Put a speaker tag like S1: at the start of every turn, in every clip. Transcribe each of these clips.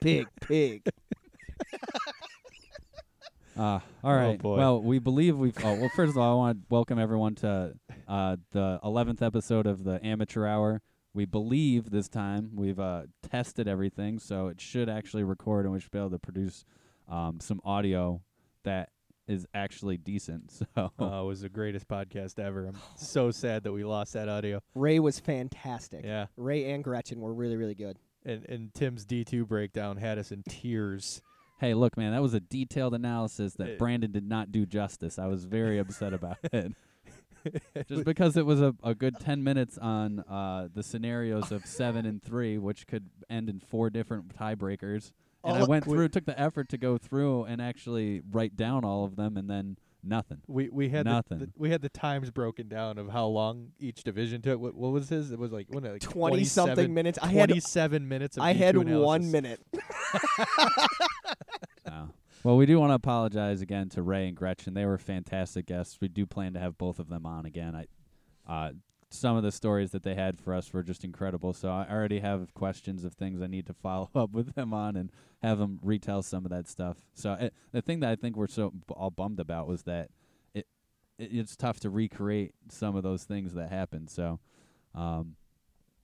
S1: pig, pig.
S2: Uh, all right.
S3: boy.
S2: Well, we believe we've. Oh, well, first of all, I want to welcome everyone to uh, the 11th episode of the Amateur Hour. We believe this time we've uh, tested everything, so it should actually record and we should be able to produce um, some audio that is actually decent. So,
S3: Oh, it was the greatest podcast ever. I'm so sad that we lost that audio.
S1: Ray was fantastic.
S3: Yeah.
S1: Ray and Gretchen were really, really good.
S3: And and Tim's D2 breakdown had us in tears.
S2: hey, look, man, that was a detailed analysis that
S3: It-
S2: Brandon did not do justice. I was very upset about it. Just because it was a, a good 10 minutes on uh, the scenarios of seven and three, which could end in four different tiebreakers. And I
S3: All-
S2: went
S3: we-
S2: through, took the effort to go through and actually write down all of them and then nothing.
S3: We we had the- The,
S2: Nothing.
S3: we had the times broken down of how long each division took. What, what was his? It was like what, like
S1: 20 something
S3: 27
S1: minutes. I had-
S3: 27 minutes. Of
S1: I
S3: D2
S1: had
S3: analysis.
S1: one minute.
S2: Wow. Well, we do want to apologize again to Ray and Gretchen. They were fantastic guests. We do plan to have both of them on again. I, uh, some of the stories that they had for us were just incredible. So I already have questions of things I need to follow up with them on and have them retell some of that stuff. So uh, the thing that I think we're so b- all bummed about was that it, it it's tough to recreate some of those things that happened. So, um,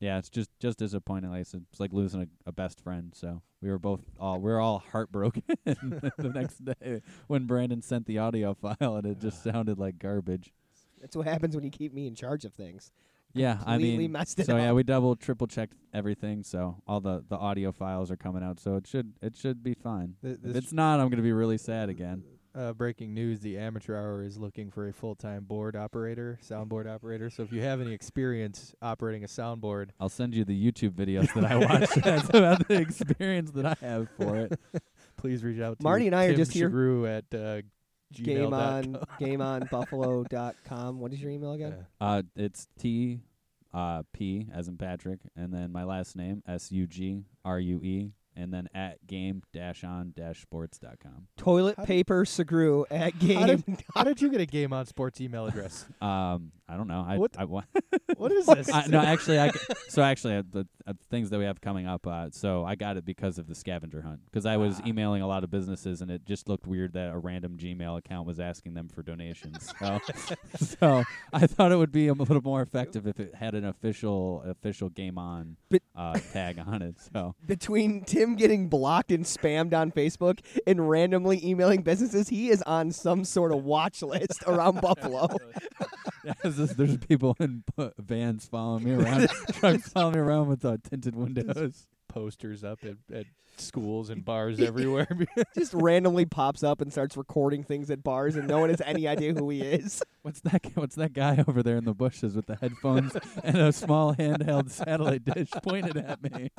S2: yeah, it's just just disappointing. Like I said, it's like losing a, a best friend. So we were both all we were all heartbroken the next day when Brandon sent the audio file and it just sounded like garbage.
S1: That's what happens when you keep me in charge of things.
S2: Yeah, I
S1: Completely
S2: mean,
S1: messed it
S2: so yeah,
S1: up.
S2: we double triple checked everything. So all the the audio files are coming out. So it should it should be fine.
S3: Th-
S2: If
S3: this
S2: it's not, I'm gonna be really sad again.
S3: uh, breaking news: the Amateur Hour is looking for a full-time board operator, soundboard operator. So if you have any experience operating a soundboard,
S2: I'll send you the YouTube videos that I watched. That's about the experience that I have for it.
S3: please reach out to
S1: Marty and I are
S3: Tim
S1: just here-
S3: Shagru at uh,
S1: Game
S3: gmail.com.
S1: on, game on buffalo.com. What is your email again?
S3: Yeah.
S2: Uh, it's T, uh, P as in Patrick, and then my last name S U G R U E, and then at game dash on dash sports dot com.
S1: Toilet
S3: How did-
S1: paper Segru at game.
S3: did- How did you get a Game On Sports email address?
S2: Um, I don't know. I
S3: What?
S2: I, wa-
S3: what is this?
S2: I- no, actually, I c- so actually uh, the uh, things that we have coming up. Uh, so I got it because of the scavenger hunt because I was emailing a lot of businesses and it just looked weird that a random Gmail account was asking them for donations. So, so I thought it would be a m- little more effective if it had an official official game on
S1: But-
S2: uh, tag on it. So
S1: Between Tim getting blocked and spammed on Facebook and randomly emailing businesses, he is on some sort of watch list around Buffalo.
S2: There's just- there's people in bu- vans following me around, trucks following me around with uh, tinted windows.
S3: posters up at, at schools and bars everywhere.
S1: Just randomly pops up and starts recording things at bars, and no one has any idea who he is.
S2: What's that? gu- What's that guy over there in the bushes with the headphones and a small handheld satellite dish pointed at me?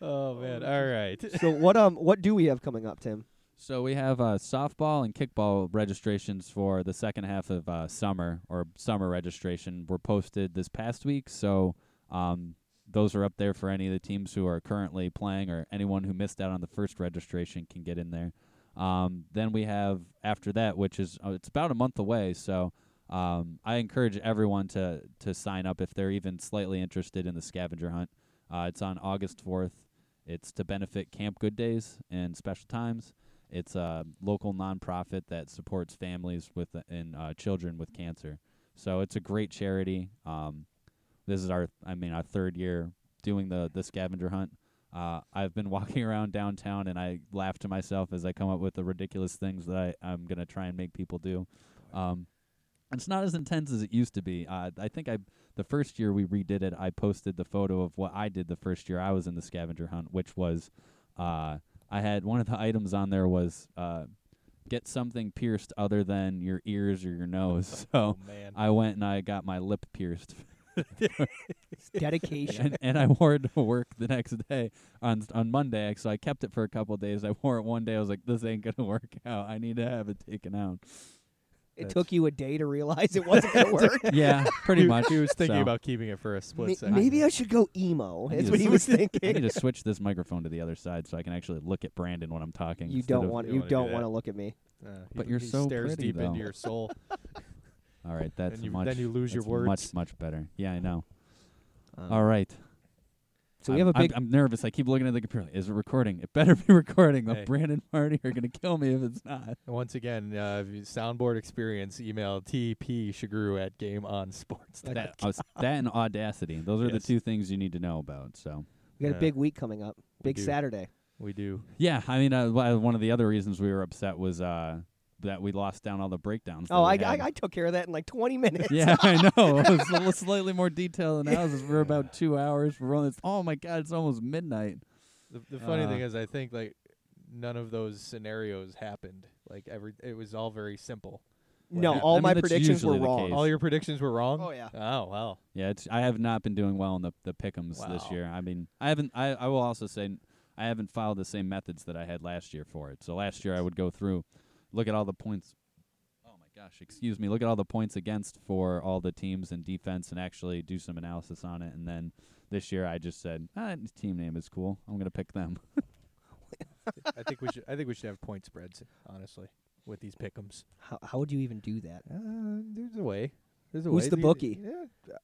S3: oh man! All right.
S1: So what um what do we have coming up, Tim?
S2: So we have uh, softball and kickball registrations for the second half of uh, summer or summer registration were posted this past week. So um, those are up there for any of the teams who are currently playing or anyone who missed out on the first registration can get in there. Um, then we have after that, which is uh, it's about a month away. So um, I encourage everyone to to sign up if they're even slightly interested in the scavenger hunt. Uh, it's on August fourth. It's to benefit Camp Good Days and Special Times. It's a local nonprofit that supports families with and uh, children with cancer. So it's a great charity. Um, this is our, I mean, our third year doing the the scavenger hunt. Uh, I've been walking around downtown and I laugh to myself as I come up with the ridiculous things that I, I'm gonna try and make people do. Um, it's not as intense as it used to be. Uh, I think I the first year we redid it, I posted the photo of what I did the first year I was in the scavenger hunt, which was uh, I had one of the items on there was uh, get something pierced other than your ears or your nose. So
S3: Oh, man.
S2: I went and I got my lip pierced,
S1: Dedication.
S2: and, and I wore it to work the next day on on Monday. So I kept it for a couple of days. I wore it one day. I was like, this ain't gonna work out. I need to have it taken out.
S1: It
S3: That's-
S1: took you a day to realize it wasn't gonna work.
S2: yeah, pretty
S3: He-
S2: much.
S3: He was thinking
S2: So,
S3: about keeping it for a split
S1: Ma-
S3: second. Uh,
S1: maybe I should go emo.
S2: I
S1: That's
S2: need
S1: what
S2: to
S1: he was
S2: I need
S1: thinking.
S2: to switch this microphone to the other side so I can actually look at Brandon when I'm talking.
S1: You
S2: instead
S1: don't
S2: of-
S1: want
S3: You
S1: you
S3: wanna do
S1: don't
S3: that.
S1: want to look at me.
S3: Uh, he-
S2: But you're
S3: he
S2: so
S3: stares
S2: pretty,
S3: deep
S2: though.
S3: into your soul.
S2: All right, that's
S3: you-
S2: much.
S3: then you lose your
S2: that's Much
S3: words.
S2: much better. Yeah, I know.
S1: Um,
S2: All right.
S1: So we
S2: I'm-
S1: have a
S2: I'm-
S1: big.
S2: I'm, nervous. I keep looking at the computer. Like, Is it recording? It better be recording.
S3: Hey.
S2: Hey. Brandon and Marty are gonna kill me if it's not.
S3: And Once again, uh, if you- soundboard experience email tpshagru at gameonsports.com.
S2: That, I was, that and audacity. Those are
S3: Yes.
S2: the two things you need to know about. So
S1: we got
S3: Yeah.
S1: a big week coming up. Big
S3: do.
S1: Saturday.
S3: We do.
S2: yeah, I mean, uh, wha- one of the other reasons we were upset was uh, that we lost down all the breakdowns. that
S1: Oh,
S2: we
S1: I, I
S2: had.
S1: I took care of that in like 20 minutes.
S2: yeah, I know. It was a little slightly more detailed than ours. is We're about two hours. We're only, oh my god, it's almost midnight.
S3: The, the funny
S2: Uh,
S3: thing is, I think like none of those scenarios happened. Like every, it was all very simple.
S1: No,
S3: Yeah,
S1: all
S2: I mean,
S1: my
S2: that's
S1: predictions were
S2: usually the
S1: wrong.
S2: case.
S3: All your predictions were wrong.
S1: Oh, yeah.
S3: Oh wow.
S2: Yeah, it's, I have not been doing well in the the pickems this
S3: Wow.
S2: year. I mean, I haven't. I, I will also say n- I haven't followed the same methods that I had last year for it. So last year I would go through, look at all the points. Oh my gosh, excuse me. Look at all the points against for all the teams and defense, and actually do some analysis on it. And then this year I just said, ah, the team name is cool. I'm gonna pick them.
S3: I think we should. I think we should have point spreads. Honestly, with these pickems.
S1: How, how would you even do that?
S3: Uh, there's a way. There's a
S1: Who's
S3: way.
S1: the
S3: You-
S1: bookie?
S3: yeah,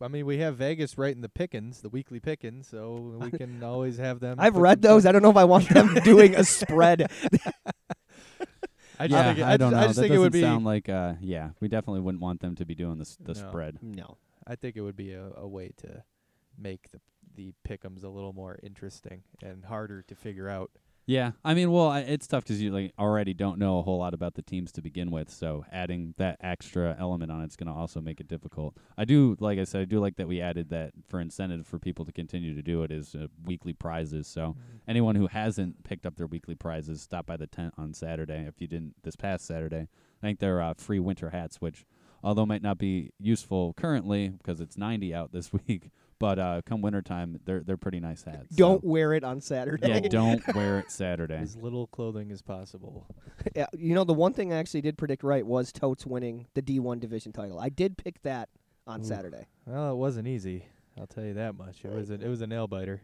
S3: I mean, we have Vegas right in the pickins, the weekly pickins, so we can always have them.
S1: I've
S3: put
S1: read
S3: some
S1: those. I don't know if I want them doing a spread.
S3: I just
S2: yeah,
S3: think it,
S2: I, don't
S3: just,
S2: know.
S3: I just
S2: that
S3: think
S2: doesn't
S3: it would be.
S2: sound like. Uh, yeah, we definitely wouldn't want them to be doing this the
S3: No.
S2: spread.
S1: No.
S3: I think it would be a, a way to make the the pickums a little more interesting and harder to figure out.
S2: Yeah, I mean, well, I, it's tough because you like already don't know a whole lot about the teams to begin with. So adding that extra element on it's going to also make it difficult. I do, like I said, I do like that we added that for incentive for people to continue to do it is uh, weekly prizes. So anyone who hasn't picked up their weekly prizes, stop by the tent on Saturday. If you didn't this past Saturday, I think they're uh, free winter hats, which although might not be useful currently because it's 90 out this week, but uh, come wintertime, they're they're pretty nice hats. so-
S1: Don't wear it on
S2: yeah,
S1: Saturday.
S2: don't wear it Saturday.
S3: As little clothing as possible.
S1: Yeah, you know, the one thing I actually did predict right was Totes winning the D1 division title. I did pick that on
S3: Ooh.
S1: Saturday.
S3: Well, it wasn't easy. I'll tell you that much. It was a, it was a nail biter.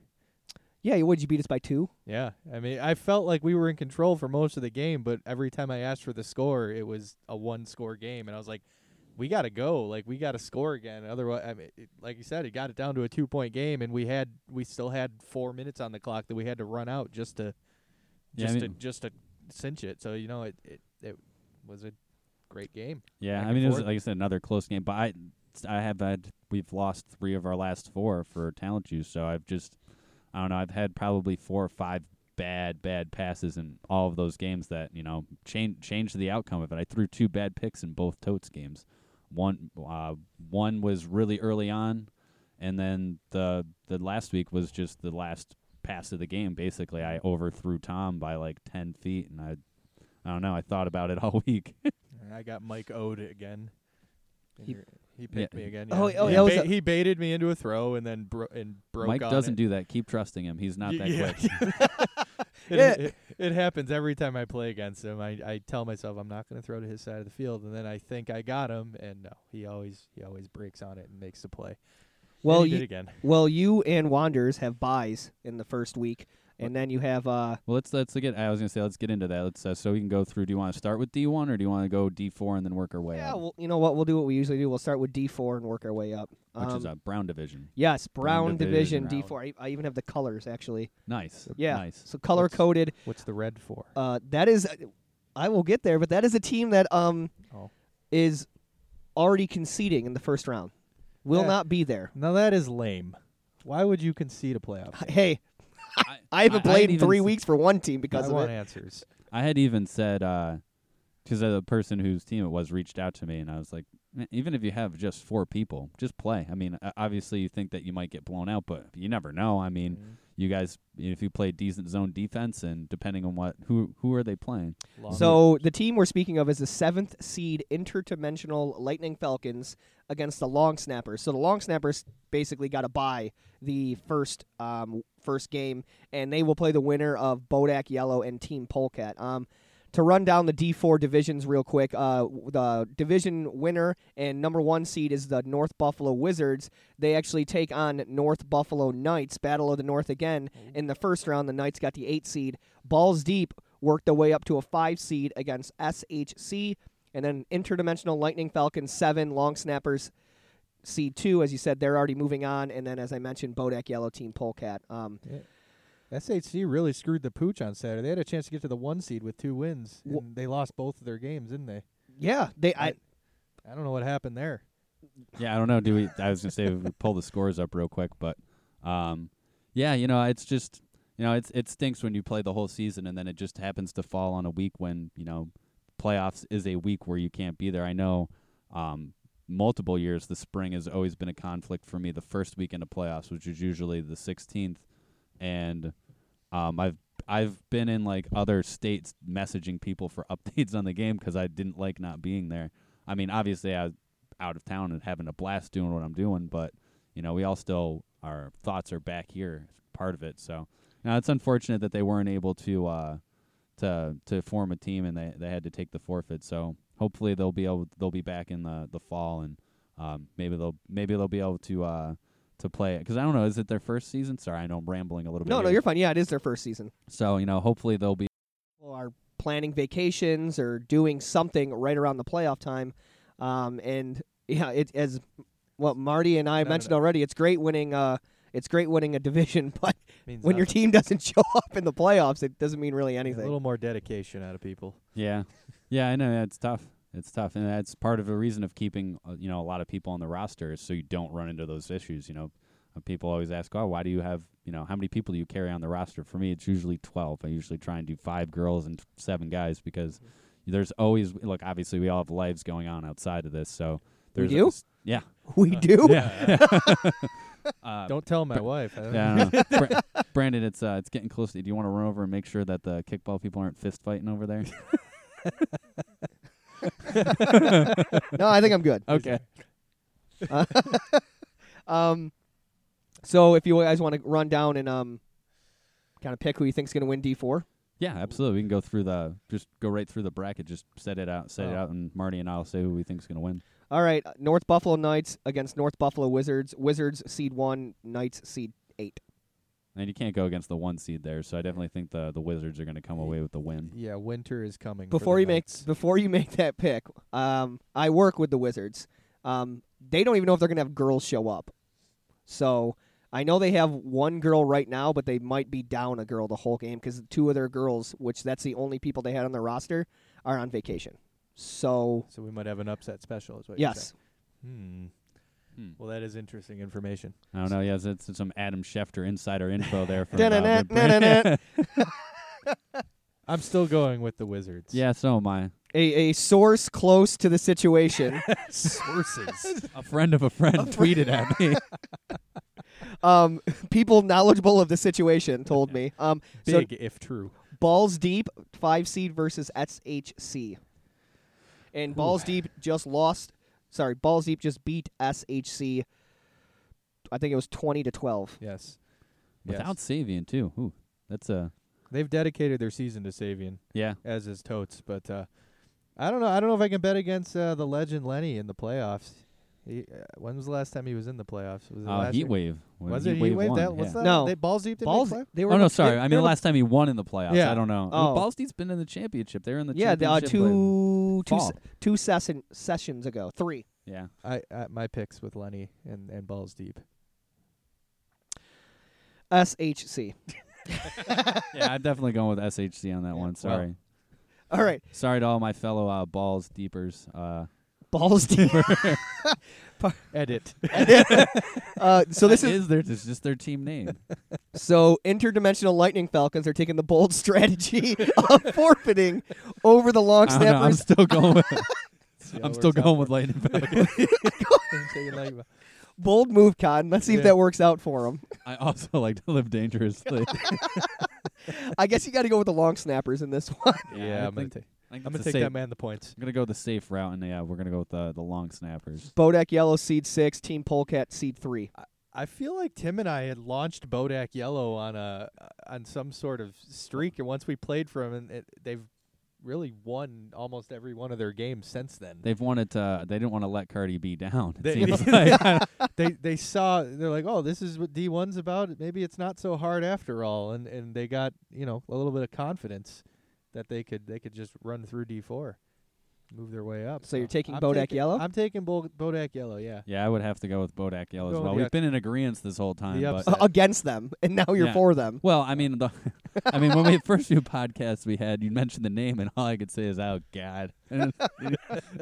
S1: Yeah, would you beat us by two?
S3: Yeah, I mean, I felt like we were in control for most of the game, but every time I asked for the score, it was a one-score game, and I was like, "We got to go! Like, we got to score again. Otherwise, I mean, it, like you said, it got it down to a two-point game, and we had we still had four minutes on the clock that we had to run out just to
S2: Yeah, I
S3: just
S2: mean-
S3: to just to cinch it. So you know, it it, it was a great game.
S2: Yeah,
S3: back
S2: I
S3: and
S2: mean, it was
S3: forth.
S2: like I said, another close game. But I, I have had we've lost three of our last four for talent juice. So I've just, I don't know. I've had probably four or five bad, bad passes in all of those games that you know change changed the outcome of it. I threw two bad picks in both totes games. One, uh, one was really early on, and then the the last week was just the last pass of the game. Basically, I overthrew Tom by like ten feet, and I, I don't know. I thought about it all week.
S3: And I got Mike Ode again. And
S1: He-
S3: you're- he picked
S2: Yeah.
S3: me again.
S1: Oh,
S3: yeah.
S1: oh,
S3: he,
S1: that was
S3: ba-
S1: a-
S3: he baited me into a throw and then bro- and broke.
S2: Mike
S3: on
S2: doesn't
S3: it.
S2: do that. Keep trusting him. He's not
S3: Y-
S2: that
S3: yeah.
S2: quick.
S3: it,
S1: Yeah.
S3: it, it happens every time I play against him. I, I tell myself I'm not going to throw to his side of the field, and then I think I got him, and no, he always he always breaks on it and makes the play. And
S1: Well,
S3: he did
S1: you,
S3: again.
S1: well, you and Wanderers have buys in the first week, and then you have uh,
S2: Well, let's let's get. I was gonna say let's get into that. Let's uh, so we can go through. Do you want to start with D one or do you want to go D four and then work our way
S1: yeah.
S2: up,
S1: Well, you know what? We'll do what we usually do. We'll start with D4 and work our way up.
S2: which is
S1: Um,
S2: a brown division.
S1: yes, Brown
S2: Brown
S1: Division
S2: Division
S1: D4. I, I even have the colors actually.
S2: Nice.
S1: Yeah,
S2: Nice.
S1: so color coded.
S3: What's the red for?
S1: Uh, that is, I will get there, but that is a team that um
S3: Oh.
S1: is already conceding in the first round. Will
S3: Yeah.
S1: not be there.
S3: now that is lame. Why would you concede a playoff? game?
S1: Hey,
S2: I,
S1: I haven't
S2: I- I
S1: played in
S2: even
S1: three
S2: s-
S1: weeks for one team
S3: I
S1: because of
S3: want
S1: it.
S3: answers.
S2: I had even said because the person whose team it was reached out to me and I was like, "Man, even if you have just four people, just play. I mean, o- obviously you think that you might get blown out, but you never know. I mean,
S1: Mm-hmm.
S2: you guys, if you play decent zone defense and depending on what who who are they playing?
S3: Long-
S1: So the team we're speaking of is the seventh seed interdimensional Lightning Falcons against the Long Snappers. So the Long Snappers basically got to buy the first um, first game, and they will play the winner of Bodak Yellow and Team Polecat. Um, to run down the D4 divisions real quick, uh, w- the division winner and number one seed is the North Buffalo Wizards. They actually take on North Buffalo Knights, Battle of the North again. In the first round, the Knights got the eight seed. Balls Deep worked their way up to a five seed against SHC, and then Interdimensional Lightning Falcons seven, Long Snappers seed two, as you said, they're already moving on. And then, as I mentioned, Bodak Yellow Team Polecat. Um,
S3: SHC really screwed the pooch on Saturday. They had a chance to get to the one seed with two wins, and
S1: Wha-
S3: they lost both of their games, didn't they?
S1: yeah, they. I,
S3: I don't know what happened there.
S2: Yeah, I don't know. Do we? I was gonna say we pull the scores up real quick, but um, yeah, you know, it's just you know, it's it stinks when you play the whole season and then it just happens to fall on a week when you know playoffs is a week where you can't be there. I know um, multiple years the spring has always been a conflict for me. The first weekend of playoffs, which is usually the 16th, and um, I've I've been in like other states messaging people for updates on the game because I didn't like not being there. I mean, obviously I was out of town and having a blast doing what I'm doing, but you know, we all still our thoughts are back here, as part of it. So now it's unfortunate that they weren't able to uh, to to form a team and they, they had to take the forfeit. So hopefully they'll be able they'll be back in the, the fall and um, maybe they'll maybe they'll be able to uh, to play it because I don't know is it their first season? Sorry, I know I'm rambling a little bit.
S1: no, no,
S2: here.
S1: you're fine. Yeah, it is their first season.
S2: So you know, hopefully they'll be.
S1: people are planning vacations or doing something right around the playoff time. Um, and yeah, it as what Marty and I
S3: No, no,
S1: mentioned
S3: no.
S1: already, it's great winning. Uh, it's great winning a division, but
S3: Means
S1: when your
S3: nothing.
S1: team doesn't show up in the playoffs, it doesn't mean really
S3: a
S1: anything.
S3: little more dedication out of people.
S2: Yeah, yeah, I know that's tough. It's tough, and that's part of the reason of keeping uh, you know a lot of people on the roster is so you don't run into those issues. You know, Uh, people always ask, "Oh, why do you have you know how many people do you carry on the roster?" For me, it's usually twelve. I usually try and do five girls and t- seven guys because
S1: Mm-hmm.
S2: there's always look. Obviously, we all have lives going on outside of this, so
S1: We
S2: there's
S1: do?
S2: always- yeah,
S1: we do.
S2: yeah. uh,
S3: Don't tell my wife. I don't
S2: yeah, I don't know. Bra- Brandon, it's uh, it's getting close. To, do you want to run over and make sure that the kickball people aren't fist fighting over there?
S1: No, I think I'm good.
S2: okay.
S1: Um, so if you guys want to run down and um, kind of pick who you think's going to win D four,
S2: Yeah, absolutely. We can go through the just go right through the bracket. Just set it out, set it
S3: Oh.
S2: out, and Marty and I'll say who we think's gonna win.
S1: All right, uh, North Buffalo Knights against North Buffalo Wizards. Wizards seed one, Knights seed eight.
S2: And you can't go against the one seed there, so I definitely think the the Wizards are gonna come away with the win.
S3: Yeah, winter is coming. for
S1: Before
S3: the
S1: you make
S3: Knights.
S1: before you make that pick, um, I work with the Wizards. Um, they don't even know if they're gonna have girls show up. So I know they have one girl right now, but they might be down a girl the whole game because two of their girls, which that's the only people they had on their roster, are on vacation. So
S3: so we might have an upset special. Is what? you're
S1: yes,
S3: saying.
S2: Hmm.
S3: Hmm. Well, that is interesting information.
S2: I don't know. Yeah, it's, it's some Adam Schefter insider info there from. uh,
S1: Da-na-na,
S2: the Brand-
S3: I'm still going with the Wizards.
S2: yeah, so am I.
S1: a, a source close to the situation.
S3: sources.
S2: A friend of a friend tweeted at me.
S1: um, people knowledgeable of the situation told me. Um, so
S3: Big if true.
S1: balls deep, five seed versus SHC, and balls deep just lost. Sorry, balls deep just beat SHC. I think it was twenty to twelve.
S3: Yes.
S2: Without
S3: yes.
S2: Savian too. Ooh, that's a
S3: they've dedicated their season to Savian.
S2: yeah.
S3: as is totes. But uh, I don't know. I don't know if I can bet against uh, the legend Lenny in the playoffs. He, uh, when was the last time he was in the playoffs? Was it
S2: Uh,
S3: last
S2: heat
S3: year?
S2: wave. When
S3: Was it heat wave?
S2: won,
S3: That what's
S2: yeah.
S3: that?
S1: No.
S3: they balls deep. Didn't
S1: Balls,
S3: make playoffs?
S1: they were.
S2: Oh no,
S1: they-
S2: sorry. I
S1: they
S2: mean,
S1: were-
S2: last time he won in the playoffs.
S3: Yeah.
S2: I don't know.
S1: Oh.
S2: Ballstead's been in the championship. They were in the
S1: yeah, the, uh,
S2: championship in
S1: two two
S2: fall.
S1: se- two session, sessions ago, three.
S2: Yeah.
S3: I, I my picks with Lenny and, and balls deep.
S1: SHC.
S2: yeah, I'm definitely going with SHC on that one. Sorry.
S1: All right,
S2: Sorry to all my fellow uh, balls deepers. Uh,
S1: balls deep.
S3: Edit.
S1: Uh, so this
S2: that
S1: is
S2: their it's just their team name.
S1: So interdimensional lightning falcons are taking the bold strategy of forfeiting over the long
S2: I don't know, I'm
S1: snappers.
S2: still going. With,
S3: See how
S2: I'm
S3: it
S2: still
S3: works out
S2: going
S3: for
S2: with Lightning Falcons.
S3: him. Taking like-
S1: Bold move, Con. Let's see if
S3: Yeah.
S1: that works out for them.
S2: I also like to live dangerously.
S1: I guess you got to go with the long snappers in this one.
S3: yeah,
S2: I
S3: I'm gonna
S2: think,
S3: take.
S2: I think
S3: I'm
S2: it's the
S3: gonna take that
S2: safe-
S3: man the points.
S2: I'm gonna go with the safe route, and yeah, we're gonna go with the the long snappers.
S1: Bodak Yellow seed six, Team Polecat seed three.
S3: I feel like Tim and I had launched Bodak Yellow on a uh, on some sort of streak, and once we played for him, and it, they've really won almost every one of their games since then.
S2: They've wanted to. They didn't want to let Cardi B down. It
S3: They-
S2: seems like.
S3: they they saw they're like, oh, this is what D one's about. Maybe it's not so hard after all, and and they got you know a little bit of confidence that they could they could just run through D four. move their way up.
S1: So you're taking
S3: I'm
S1: Bodak
S3: taking-
S1: Yellow?
S3: I'm taking Bo- Bodak Yellow. Yeah.
S2: Yeah, I would have to go with Bodak Yellow as
S3: Go with
S2: well.
S3: the
S2: We've
S3: ups-
S2: been in agreement this whole time.
S3: the
S2: but,
S3: upset.
S1: against them, and now you're
S2: Yeah.
S1: for them.
S2: well, I mean, the, I mean, when we first few podcasts we had, you mentioned the name, and all I could say is, "Oh God, I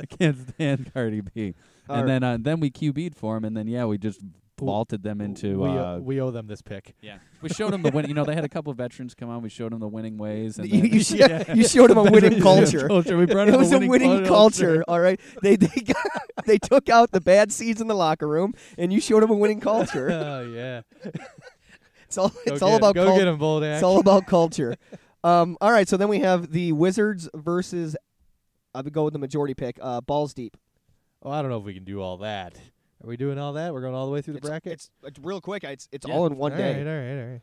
S2: can't stand Cardi B."
S1: All
S2: and
S1: right.
S2: then, uh, then we QB'd for him, and then yeah, we just vaulted them into.
S3: we,
S2: uh,
S3: we owe them this pick.
S2: yeah, we showed them the win. You know, they had a couple of veterans come on. We showed them the winning ways, and
S1: You,
S2: then-
S1: you, sh- you showed them a winning culture.
S2: We brought
S1: It
S2: in
S1: was
S2: the
S1: a winning culture. All right, they they got, they took out the bad seeds in the locker room, and you showed them a winning culture.
S3: Oh yeah.
S1: It's all
S3: Go
S1: it's
S3: get
S1: all
S3: 'em.
S1: about
S3: go
S1: cul-
S3: get him Bodak.
S1: It's all about culture. Um, all right, so then we have the Wizards versus. I would go with the majority pick. Uh, balls deep.
S3: oh, I don't know if we can do all that. Are we doing all that? We're going all the way through the
S1: It's-
S3: bracket.
S1: It's, it's real quick. It's it's
S2: Yeah.
S1: all in one
S3: All
S1: day.
S3: right, all right, all right.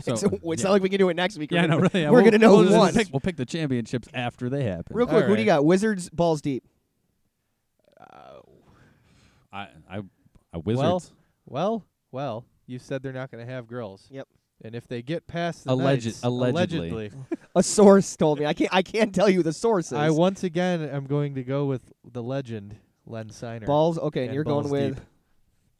S2: So,
S1: it's it's
S2: yeah.
S1: not like we can do it next week.
S2: Yeah,
S1: We're
S2: no,
S1: gonna-
S2: really. yeah,
S1: we're
S2: we'll-
S1: gonna know
S2: we'll just
S1: once.
S2: Pick, we'll pick the championships after they happen.
S1: Real quick,
S3: All
S1: who do you
S3: right. Uh,
S1: got? Wizards, balls deep.
S2: I, I, I Wizards.
S3: Well, Well, well, you said they're not going to have girls.
S1: Yep.
S3: And if they get past the
S2: Alleged-
S3: Knights-
S2: allegedly.
S3: allegedly,
S1: A source told me. I can't. I can't tell you the sources.
S3: I once again am going to go with the legend Len Siner.
S1: balls. Okay, and,
S3: and
S1: you're
S3: balls
S1: going with.
S3: deep.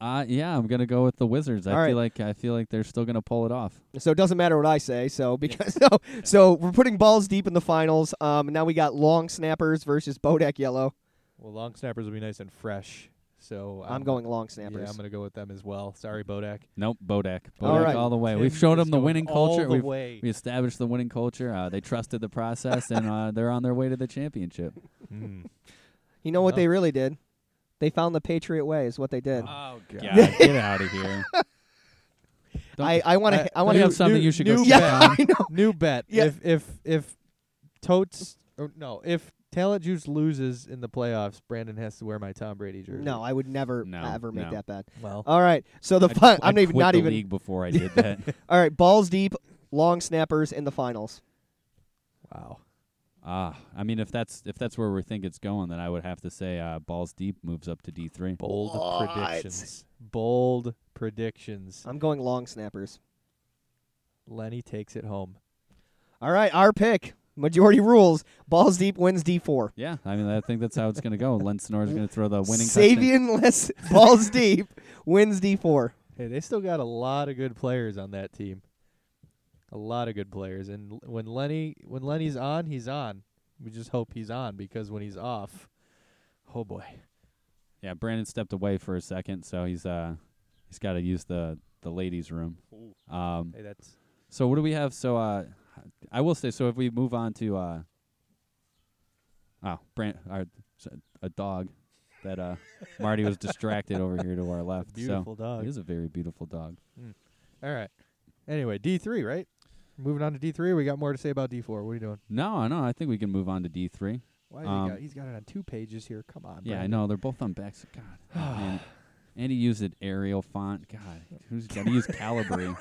S2: uh, yeah, I'm gonna go with the Wizards. I
S1: All
S2: feel like I feel like they're still gonna pull it off.
S1: So it doesn't matter what I say. So because so, so we're putting balls deep in the finals. Um, now we got long snappers versus Bodak Yellow.
S3: Well, long snappers will be nice and fresh. So
S1: I'm, going long snappers.
S3: Yeah, I'm going to go with them as well. Sorry, Bodak.
S2: Nope, Bodak. Bodak
S1: All
S2: all,
S1: right.
S2: the way.
S3: Tim
S2: We've showed
S3: is
S2: them the
S3: going
S2: winning
S3: all
S2: culture.
S3: the
S2: We've,
S3: way.
S2: we established the winning culture. Uh, they trusted the process, and uh, they're on their way to the championship.
S3: Mm.
S1: You know what
S3: No.
S1: they really did? They found the Patriot way is what they did.
S2: Oh God, get out of here! Don't-
S1: I I want
S3: I-
S1: to I
S2: don't
S1: want
S2: you
S1: to
S2: have something
S3: new-
S2: you should go
S3: new
S2: check
S3: bet.
S2: on.
S1: I know.
S3: New bet.
S1: Uh, Yeah.
S3: If if if totes or no, if Talent Juice loses in the playoffs, Brandon has to wear my Tom Brady jersey. Uh,
S1: No, I would never
S2: No,
S1: ever make
S2: no.
S1: that bet.
S3: well,
S1: All right. So the
S2: I'd
S1: fi-
S2: qu-
S1: I'm
S2: I'd
S1: not even
S2: quit
S1: not
S2: the
S1: even
S2: league before I did that.
S1: All right, balls deep, long snappers in the finals.
S3: wow.
S2: Ah, I mean, if that's if that's where we think it's going, then I would have to say uh, balls deep moves up to D three.
S3: Bold
S1: What?
S3: predictions. Bold predictions.
S1: I'm going long snappers.
S3: Lenny takes it home.
S1: All right, our pick. Majority rules. Balls deep wins D4.
S2: Yeah, I mean, I think that's how it's going to go. Lensinor is going to throw the winning. touchdown.
S1: Savianless balls deep wins D4.
S3: Hey, they still got a lot of good players on that team. A lot of good players, and l- when Lenny when Lenny's on, he's on. We just hope he's on because when he's off, oh boy.
S2: Yeah, Brandon stepped away for a second, so he's uh he's got to use the the ladies' room. Um,
S3: Hey, that's
S2: so what do we have? So uh, I will say, so if we move on to uh, oh, Brand, our, s- a dog that uh Marty was distracted over here to our left.
S3: beautiful
S2: So
S3: dog.
S2: he is a very beautiful dog.
S3: All right. Anyway, D three, right? Moving on to D three. We got more to say about D four. What are you doing?
S2: No, no, I think we can move on to D three.
S3: Why
S2: has he Um,
S3: he
S2: got-
S3: got, he's got it on two pages here. Come on.
S2: Yeah, I know they're both on backs. God, man. And he used an Arial font. God, who's got to use Calibri?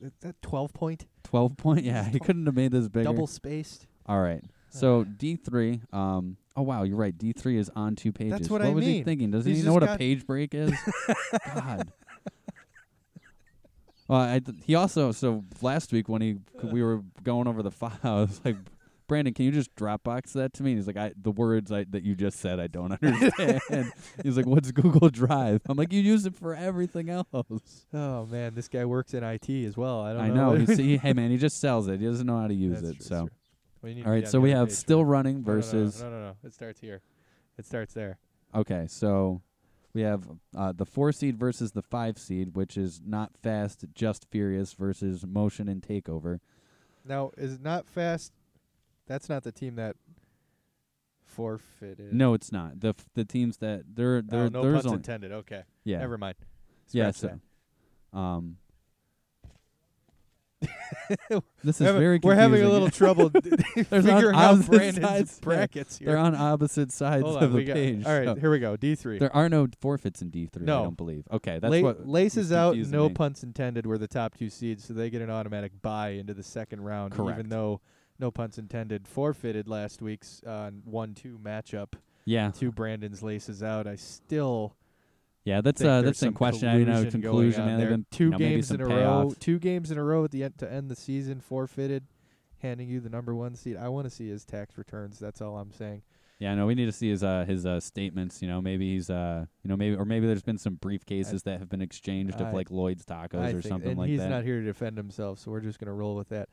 S3: Is that twelve point
S2: Twelve point. Yeah, he couldn't have made this bigger.
S3: double spaced?
S2: All right. So D three. Um. Oh wow, you're right. D three is on two pages.
S3: what I
S2: was he
S3: mean.
S2: thinking? Doesn't
S3: He's
S2: he know
S3: just
S2: what a
S3: got-
S2: page break is? God. Well, I th- he also so last week when he we were going over the file, I was like, Brandon, can you just Dropbox that to me? And he's like, I the words I, that you just said, I don't understand. he's like, what's Google Drive? I'm like, you use it for everything else.
S3: Oh man, this guy works in IT as well. I don't
S2: I
S3: know.
S2: know. He's, he, hey man, he just sells it. He doesn't know how to use
S3: That's
S2: it.
S3: true,
S2: so
S3: that's true. We need to
S2: all
S3: be
S2: right,
S3: on
S2: so
S3: the
S2: we
S3: other
S2: have
S3: page for
S2: still
S3: that.
S2: running
S3: No, no, no,
S2: versus.
S3: No, no, no, It starts here. It starts there.
S2: Okay, so we have uh, the four seed versus the five seed, which is not fast, just furious versus motion and takeover.
S3: Now is it not fast. That's not the team that forfeited.
S2: No, it's not the f- the teams that they're
S3: Oh,
S2: they're
S3: no
S2: there's
S3: puns
S2: only
S3: intended. Okay,
S2: yeah
S3: never mind.
S2: yeah
S3: Scratch
S2: so um this
S3: that.
S2: is
S3: We're having-
S2: very
S3: we're having a
S2: confusing.
S3: little trouble d-
S2: on
S3: figuring out
S2: opposite
S3: Brandon's
S2: sides.
S3: brackets here.
S2: they're on opposite sides
S3: Hold
S2: of
S3: on, we
S2: the
S3: got,
S2: page.
S3: all right,
S2: so
S3: here we go. D three.
S2: there are no forfeits in D three. I
S3: No.
S2: don't believe. Okay, that's
S3: La-
S2: what
S3: laces
S2: was
S3: out,
S2: confusing
S3: no
S2: me.
S3: punts intended were the top two seeds, so they get an automatic bye into the second round.
S2: Correct.
S3: Even though no punts intended forfeited last week's uh, one-two matchup
S2: yeah
S3: to Brandon's laces out, I still
S2: yeah that's
S3: think
S2: uh
S3: there's
S2: that's in
S3: some
S2: question. I mean, uh,
S3: collusion going
S2: conclusion.
S3: on
S2: man, they've
S3: there.
S2: been,
S3: two
S2: you know, maybe
S3: games
S2: some
S3: in a
S2: payoff.
S3: row, two games in a row at the end to end the season forfeited. handing you the number one seed. I want to see his tax returns. That's all I'm saying.
S2: Yeah, no, we need to see his uh, his uh, statements. You know, maybe he's uh, you know, maybe or maybe there's been some briefcases that have been exchanged
S3: I-
S2: of like Lloyd's Tacos
S3: I
S2: or
S3: think-
S2: something
S3: and
S2: like
S3: he's
S2: that.
S3: not here to defend himself, so we're just gonna roll with that.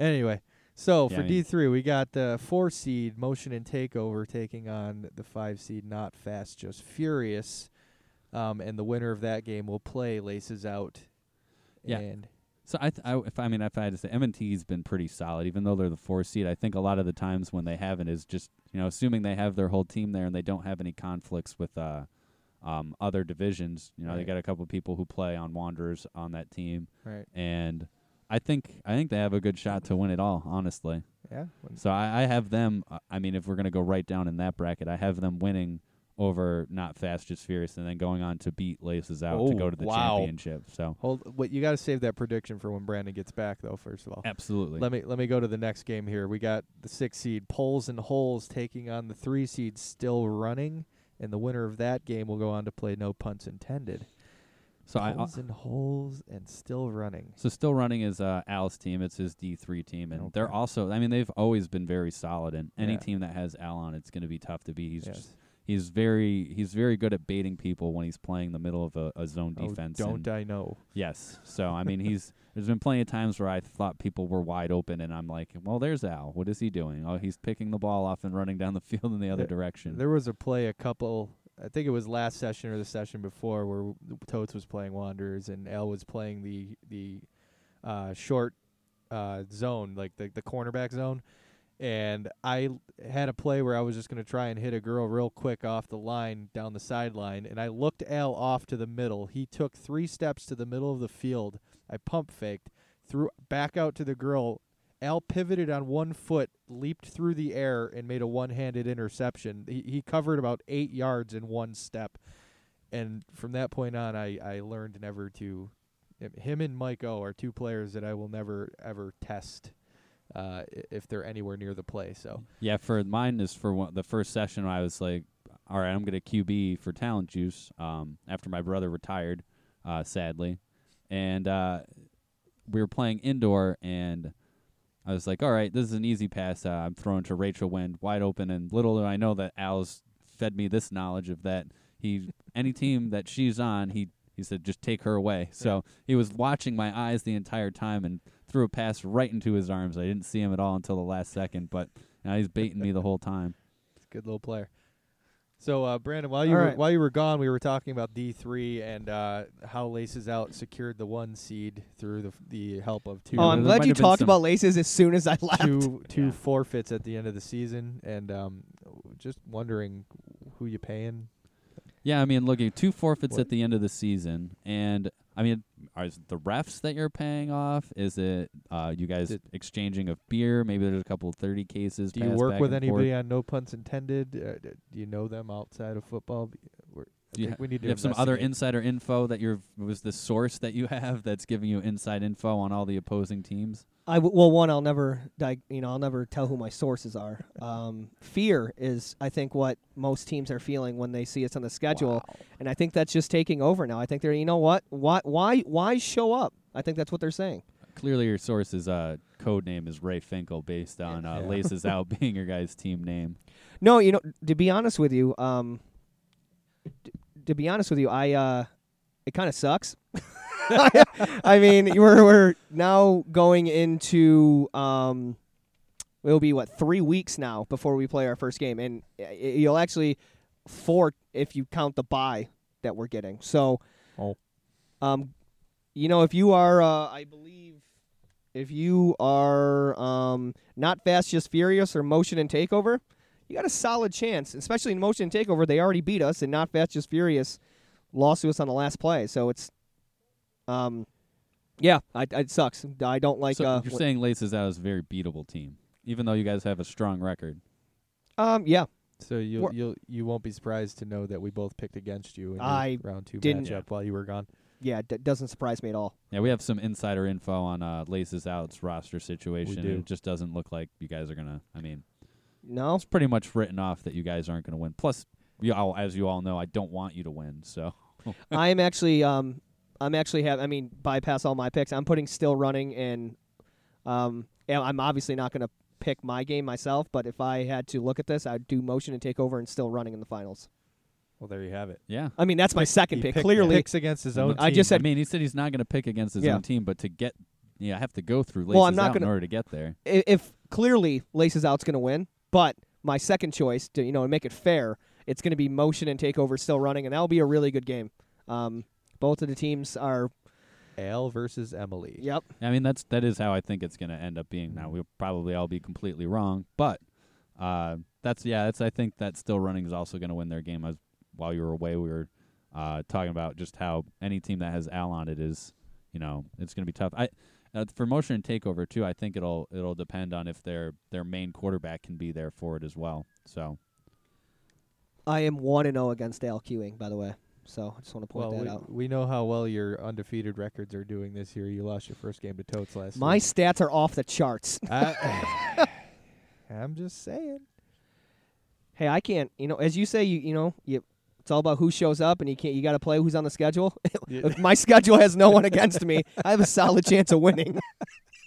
S3: Anyway, so
S2: Yeah,
S3: for
S2: I mean-
S3: D three, we got the four seed Motion and Takeover taking on the five seed Not Fast Just Furious, um, and the winner of that game will play Laces Out.
S2: Yeah.
S3: And
S2: so I, th- I, if I mean, if I had to say, M&T's been pretty solid, even though they're the four seed. I think a lot of the times when they haven't is just you know, assuming they have their whole team there and they don't have any conflicts with uh, um, other divisions. You know, they
S3: Right.
S2: got a couple people who play on Wanderers on that team,
S3: right,
S2: and I think I think they have a good shot to win it all. Honestly.
S3: yeah, when-
S2: So I, I have them. uh, I mean, if we're gonna go right down in that bracket, I have them winning over not fast, just furious, and then going on to beat Laces out to
S3: Oh,
S2: go to the
S3: wow.
S2: championship. So
S3: hold. What you got to save that prediction for when Brandon gets back, though. First of all,
S2: absolutely,
S3: Let me let me go to the next game here. We got the six seed Poles and Holes taking on the three seed Still Running, and the winner of that game will go on to play No Punts Intended.
S2: so I. uh,
S3: Poles and Holes and Still Running.
S2: so still running is uh, Al's team. It's his D three team, and they're
S3: Okay.
S2: also. I mean, they've always been very solid. And any
S3: Yeah.
S2: team that has Al on, it's going to be tough to beat. He's
S3: Yes.
S2: just he's very he's very good at baiting people when he's playing the middle of a, a zone
S3: Oh,
S2: defense.
S3: don't
S2: and-
S3: I know?
S2: Yes. So I mean, he's there's been plenty of times where I thought people were wide open, and I'm like, well, there's Al. What is he doing? Oh, he's picking the ball off and running down the field in the other
S3: There-
S2: direction.
S3: There was a play a couple. I think it was last session or the session before where w- Totes was playing Wanderers and L was playing the the uh, short uh, zone, like the the cornerback zone. And I l- had a play where I was just going to try and hit a girl real quick off the line down the sideline, and I looked Al off to the middle. He took three steps to the middle of the field. I pump faked, threw back out to the girl, Al pivoted on one foot, leaped through the air, and made a one-handed interception. He, he covered about eight yards in one step, and from that point on, I, I learned never to. Him and Mike O are two players that I will never ever test uh, i- if they're anywhere near the play. So
S2: yeah, for mine is for one, the first session. I was like, all right, I'm gonna QB for Talent Juice. Um, after my brother retired, uh, sadly, and uh, we were playing indoor, and I was like, all right, this is an easy pass. Uh, I'm throwing to Rachel Wind, wide open, and little do I know that Al's fed me this knowledge of that he any team that she's on, he he said just take her away. So he was watching my eyes the entire time and threw a pass right into his arms. I didn't see him at all until the last second, but now he's baiting me the whole time.
S3: he's a good little player. So uh, Brandon, while you
S1: All
S3: were,
S1: right.
S3: while you were gone, we were talking about D three and uh, how Laces Out secured the one seed through the f- the help of two.
S1: Oh,
S2: there
S1: I'm glad
S2: might
S1: you
S2: have been
S1: talked
S2: some-
S1: about laces as soon as I left.
S3: two two
S2: Yeah.
S3: forfeits at the end of the season, and um, just wondering who you paying.
S2: Yeah, I mean, look, you two forfeits
S3: What-
S2: at the end of the season, and I mean, are it the refs that you're paying off? Is it uh, you guys
S3: Did-
S2: exchanging of beer? Maybe there's a couple of thirty cases.
S3: Do you
S2: passed
S3: work
S2: back
S3: with
S2: and forth.
S3: anybody on No Punts Intended? Uh, d- do you know them outside of football? B- We're, I
S2: Do you
S3: think
S2: ha-
S3: we need
S2: Do
S3: to
S2: you have some other
S3: investigate.
S2: insider info that you're was the source that you have that's giving you inside info on all the opposing teams?
S1: I w- well, one, I'll never, di- you know, I'll never tell who my sources are. Um, fear is, I think, what most teams are feeling when they see us on the schedule, and I think that's just taking over now. I think they're, you know, what, why, why, why show up? I think that's what they're saying.
S2: Clearly, your source's uh, code name is Ray Finkel, based on uh,
S3: Yeah.
S2: Laces Out being your guy's team name.
S1: No, you know, to be honest with you, um, t- to be honest with you, I, uh, it kind of sucks. I mean, we're we're now going into um, it'll be what three weeks now before we play our first game, and i- i- you'll actually four if you count the bye that we're getting. So,
S3: Oh.
S1: um, you know, if you are, uh, I believe, if you are um not fast, just furious, or motion and takeover, you got a solid chance. Especially in motion and takeover, they already beat us, and not fast, just furious lost to us on the last play. So it's, um, yeah, I, I- it sucks. I don't like.
S2: so
S1: uh,
S2: you're
S1: what-
S2: saying Laces Out is a very beatable team, even though you guys have a strong record.
S1: um, yeah,
S3: So you
S1: We're-
S3: you you won't be surprised to know that we both picked against you in your
S1: I
S3: round two
S1: didn't-
S3: matchup while you were gone.
S1: yeah, it d- doesn't surprise me at all.
S2: Yeah, we have some insider info on uh, Laces Out's roster situation. and
S3: do.
S2: It just doesn't look like you guys are gonna. I mean,
S1: No,
S2: it's pretty much written off that you guys aren't gonna win. Plus, you all, as you all know, I don't want you to win. So
S1: I'm actually, um, I'm actually have. I mean, bypass all my picks. I'm putting still running and, um, and I'm obviously not going to pick my game myself, but if I had to look at this, I'd do motion and take over and still running in the finals.
S3: Well, there you have it.
S2: Yeah.
S1: I mean, that's my second
S3: He
S1: pick.
S3: picked-
S1: Clearly,
S3: picks against his own.
S1: I
S3: team.
S1: just
S2: I
S1: said-
S2: mean, he said he's not going to pick against his
S1: Yeah.
S2: own team, but to get, yeah, I have to go through laces
S1: Well, I'm not
S2: out in
S1: gonna-
S2: order to get there.
S1: i- if clearly Laces Out's going to win, but my second choice to you know make it fair, it's going to be motion and takeover still running, and that'll be a really good game. Um, both of the teams are.
S3: Ale versus Emily.
S1: Yep.
S2: I mean, that's that is how I think it's going to end up being.
S3: Mm.
S2: Now we'll probably all be completely wrong, but uh, that's yeah, that's I think that still running is also going to win their game. As while you were away, we were uh, talking about just how any team that has Al on it is, you know, it's going to be tough. I uh, for motion and takeover too. I think it'll it'll depend on if their their main quarterback can be there for it as well. So
S1: I am one and zero against Al queuing, by the way. So I just want to point
S3: Well,
S1: that
S3: we,
S1: out.
S3: we know how well your undefeated records are doing this year. You lost your first game to Totes last
S1: My
S3: week.
S1: stats are off the charts.
S3: I, I'm just saying.
S1: hey, I can't. You know, as you say, you you know, you, it's all about who shows up, and you can't. You got to play who's on the schedule. if my schedule has no one against me, I have a solid chance of winning.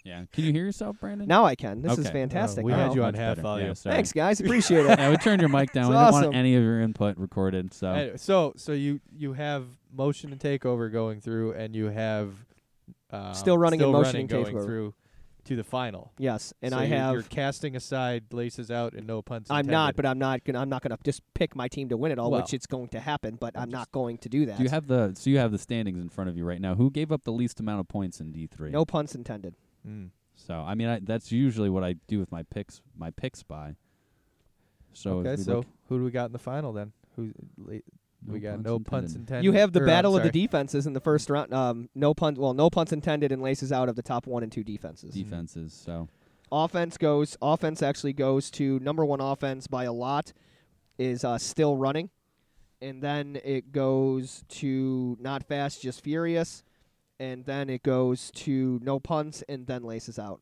S2: yeah, can you hear yourself, Brandon?
S1: now I can. This is
S2: Okay.
S1: fantastic.
S3: we had
S1: Wow.
S3: you on
S2: Much
S3: half
S2: better.
S3: volume.
S2: Yeah, sorry.
S1: Thanks, guys. Appreciate it.
S2: yeah, we turned your mic down.
S1: It's
S2: we didn't
S1: awesome.
S2: want any of your input recorded. So
S3: Anyway, so so you you have motion and takeover going through, and you have um,
S1: Still running and
S3: still
S1: motion and
S3: going
S1: takeover.
S3: through to the final.
S1: Yes, and
S3: So
S1: I
S3: you're,
S1: have.
S3: you're casting aside laces out and no puns.
S1: I'm not,
S3: intended.
S1: but I'm not gonna. I'm not gonna just pick my team to win it all,
S3: Well,
S1: which it's going to happen. But
S3: I'm
S1: I'm,
S3: just-
S1: not going to do that.
S2: Do you have the so you have the standings in front of you right now? Who gave up the least amount of points in D three?
S1: no punts intended.
S3: Mm.
S2: So I mean I, that's usually what I do with my picks my picks by. So if
S3: okay,
S2: we
S3: so
S2: look-
S3: who do we got in the final then? Who we got? No punts
S2: intended.
S3: intended.
S1: you have the
S3: or, I'm
S1: battle of the
S3: sorry.
S1: defenses in the first round. Um, no puns. Well, no punts intended, and laces out of the top one and two defenses.
S2: defenses. So
S1: offense goes. Offense actually goes to number one offense by a lot. Is uh, still running, and then it goes to not fast, just furious, and then it goes to no punts, and then laces out.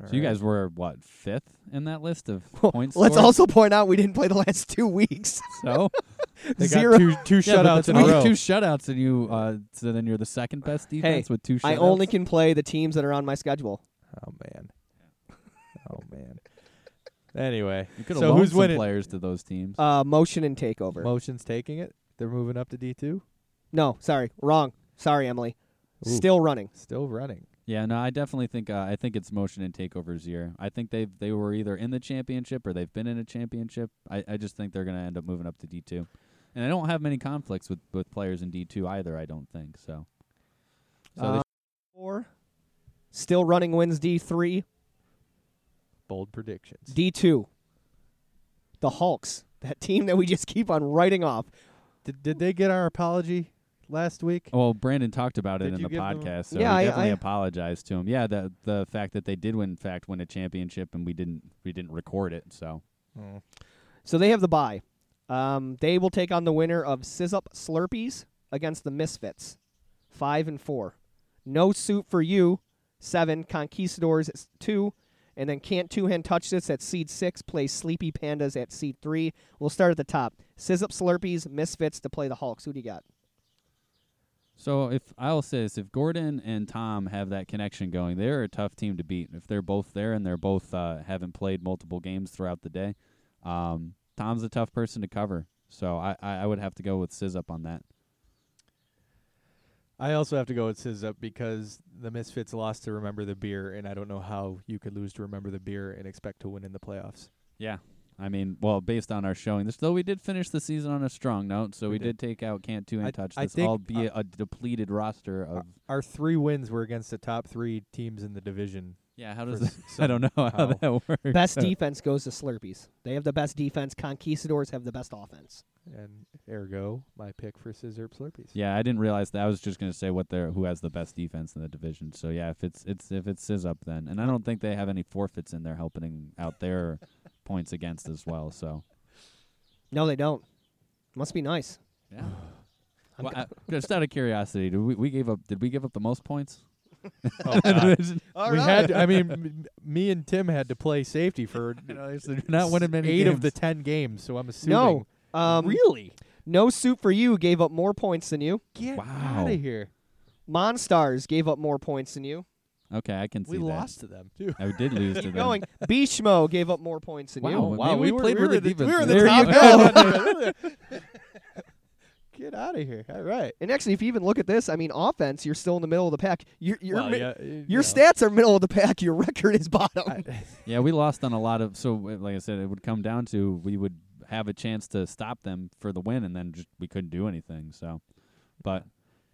S3: All
S2: so you
S3: right.
S2: guys were what fifth in that list of
S1: Well,
S2: points?
S1: Let's
S2: scored?
S1: also point out we didn't play the last two weeks.
S2: so
S3: They
S1: Zero.
S3: got two, two
S2: Yeah, but
S3: shutouts
S2: that's
S3: in a
S2: only
S3: row.
S2: Two shutouts, and you uh, so then you're the second best defense with two. Shutouts.
S1: I only can play the teams that are on my schedule.
S3: Oh man. Oh man. Anyway,
S2: You could have
S3: so
S2: loaned
S3: who's
S2: some
S3: winning?
S2: players to those teams.
S1: Uh, motion and takeover.
S3: motion's taking it. They're moving up to D two.
S1: no, sorry, wrong. Sorry, Emily.
S3: Ooh.
S1: Still running.
S3: Still running.
S2: Yeah, no, I definitely think uh, I think it's motion and takeovers year. I think they have they were either in the championship or they've been in a championship. I, I just think they're going to end up moving up to D two, and I don't have many conflicts with with players in D two either. I don't think so. So
S1: Uh, four. Still running wins D three,
S3: Bold predictions.
S1: D two. The Hulks, that team that we just keep on writing off.
S3: Did, did they get our apology last week?
S2: they, well, Brandon talked about it
S3: Did
S2: in
S3: you
S2: the
S3: give them-
S2: podcast, so
S1: Yeah,
S2: we
S1: I-
S2: definitely
S1: I-
S2: apologized to him. Yeah, the the fact that they did win, in fact, win a championship, and we didn't we didn't record it. So Oh.
S3: Mm.
S1: So they have the bye. Um, they will take on the winner of Sizzup Slurpees against the Misfits, five and four. No suit for you, seven. Conquistadors is two, and then can't two hand touch this at seed six. Play Sleepy Pandas at seed three. We'll start at the top. Sizzup Slurpees, Misfits to play the Hulks. Who do you got?
S2: So if I'll say this, if Gordon and Tom have that connection going, they're a tough team to beat. If they're both there and they're both uh, haven't played multiple games throughout the day, um, Tom's a tough person to cover. So I, I, I would have to go with Sizz up on that.
S3: I also have to go with SZA because the Misfits lost to Remember the Beer, and I don't know how you could lose to Remember the Beer and expect to win in the playoffs.
S2: Yeah. I mean, well, based on our showing this, though we did finish the season on a strong note, so we,
S3: We
S2: did. take out Cantu and
S3: I-
S2: Touch
S3: I
S2: this,
S3: think,
S2: albeit a depleted roster of.
S3: Our three wins were against the top three teams in the division.
S2: yeah, how
S3: for
S2: does Oh. that,
S3: s-
S2: I don't know how
S3: somehow.
S2: that works.
S1: Best defense goes to Slurpees. They have the best defense. Conquistadors have the best offense.
S3: And ergo, my pick for Scissor Slurpees.
S2: Yeah, I didn't realize that. I was just gonna say what they're who has the best defense in the division. So yeah, if it's it's if it's Sizz up then, and I don't think they have any forfeits in there helping out their points against as well. So
S1: No, they don't. Must be nice.
S2: yeah. Well, I, just out of curiosity, did we, we gave up? Did we give up the most points?
S3: Oh, God.
S1: All
S3: we had. To, I mean, m- me and Tim had to play safety for
S2: not winning many
S3: eight of the
S2: games.
S3: ten games. So I'm assuming.
S1: no. Um,
S3: really?
S1: No suit for you gave up more points than you.
S3: Get
S2: Wow.
S3: out of here!
S1: Monstars gave up more points than you.
S2: Okay, I can see
S3: We
S2: that.
S3: lost to them too.
S2: I did lose to
S1: Keep
S2: them.
S1: going. Bishmo gave up more points than
S2: Wow.
S1: you.
S2: maybe we played
S3: were
S2: really
S3: the-
S2: defense
S3: Oh, We were
S2: then.
S3: the
S2: There
S3: top
S2: you
S3: dog on there. Get out of here! All right.
S1: And actually, if you even look at this, I mean, offense, you're still in the middle of the pack. Your your
S3: Well,
S1: mi-
S3: yeah, uh, you know.
S1: your stats are middle of the pack. Your record is bottom.
S3: I-
S2: Yeah, we lost on a lot of. So, uh, like I said, it would come down to we would have a chance to stop them for the win, and then just we couldn't do anything. So, but,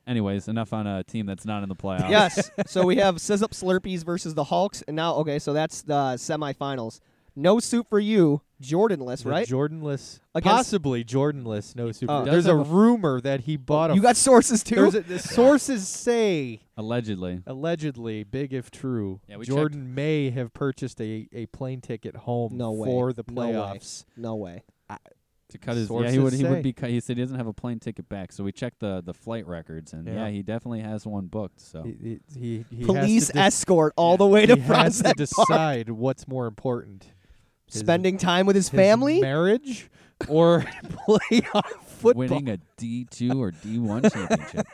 S2: anyways, enough on a team that's not in the playoffs.
S1: yes. So we have Sizz Up Slurpees versus the Hulks, and now okay, so that's the semifinals. No suit for you, Jordanless,
S3: the
S1: right?
S3: Jordanless,
S1: Against-
S3: possibly Jordanless. No super.
S1: does
S3: uh, There's a
S2: have a-
S3: rumor that he bought a.
S1: you got sources too.
S3: there's a, the sources say
S2: allegedly.
S3: allegedly, big if true,
S2: Yeah, we checked.
S3: Jordan may have purchased a, a plane ticket home
S1: No way.
S3: for the
S1: No way.
S3: playoffs.
S1: no way.
S2: To cut his, yeah, he
S3: Sources
S2: would. He
S3: say.
S2: would be. Cut, he said he doesn't have a plane ticket back, so we checked the the flight records, and yeah,
S3: Yeah.
S2: he definitely has one booked. So
S3: He, he, he, he
S1: Police
S3: has to de-
S1: escort all the way to
S3: he
S1: France.
S3: has to decide what's more important: his-
S1: Spending time with his,
S3: his
S1: family.
S3: marriage, or playoff football.
S2: winning a D two or D one championship.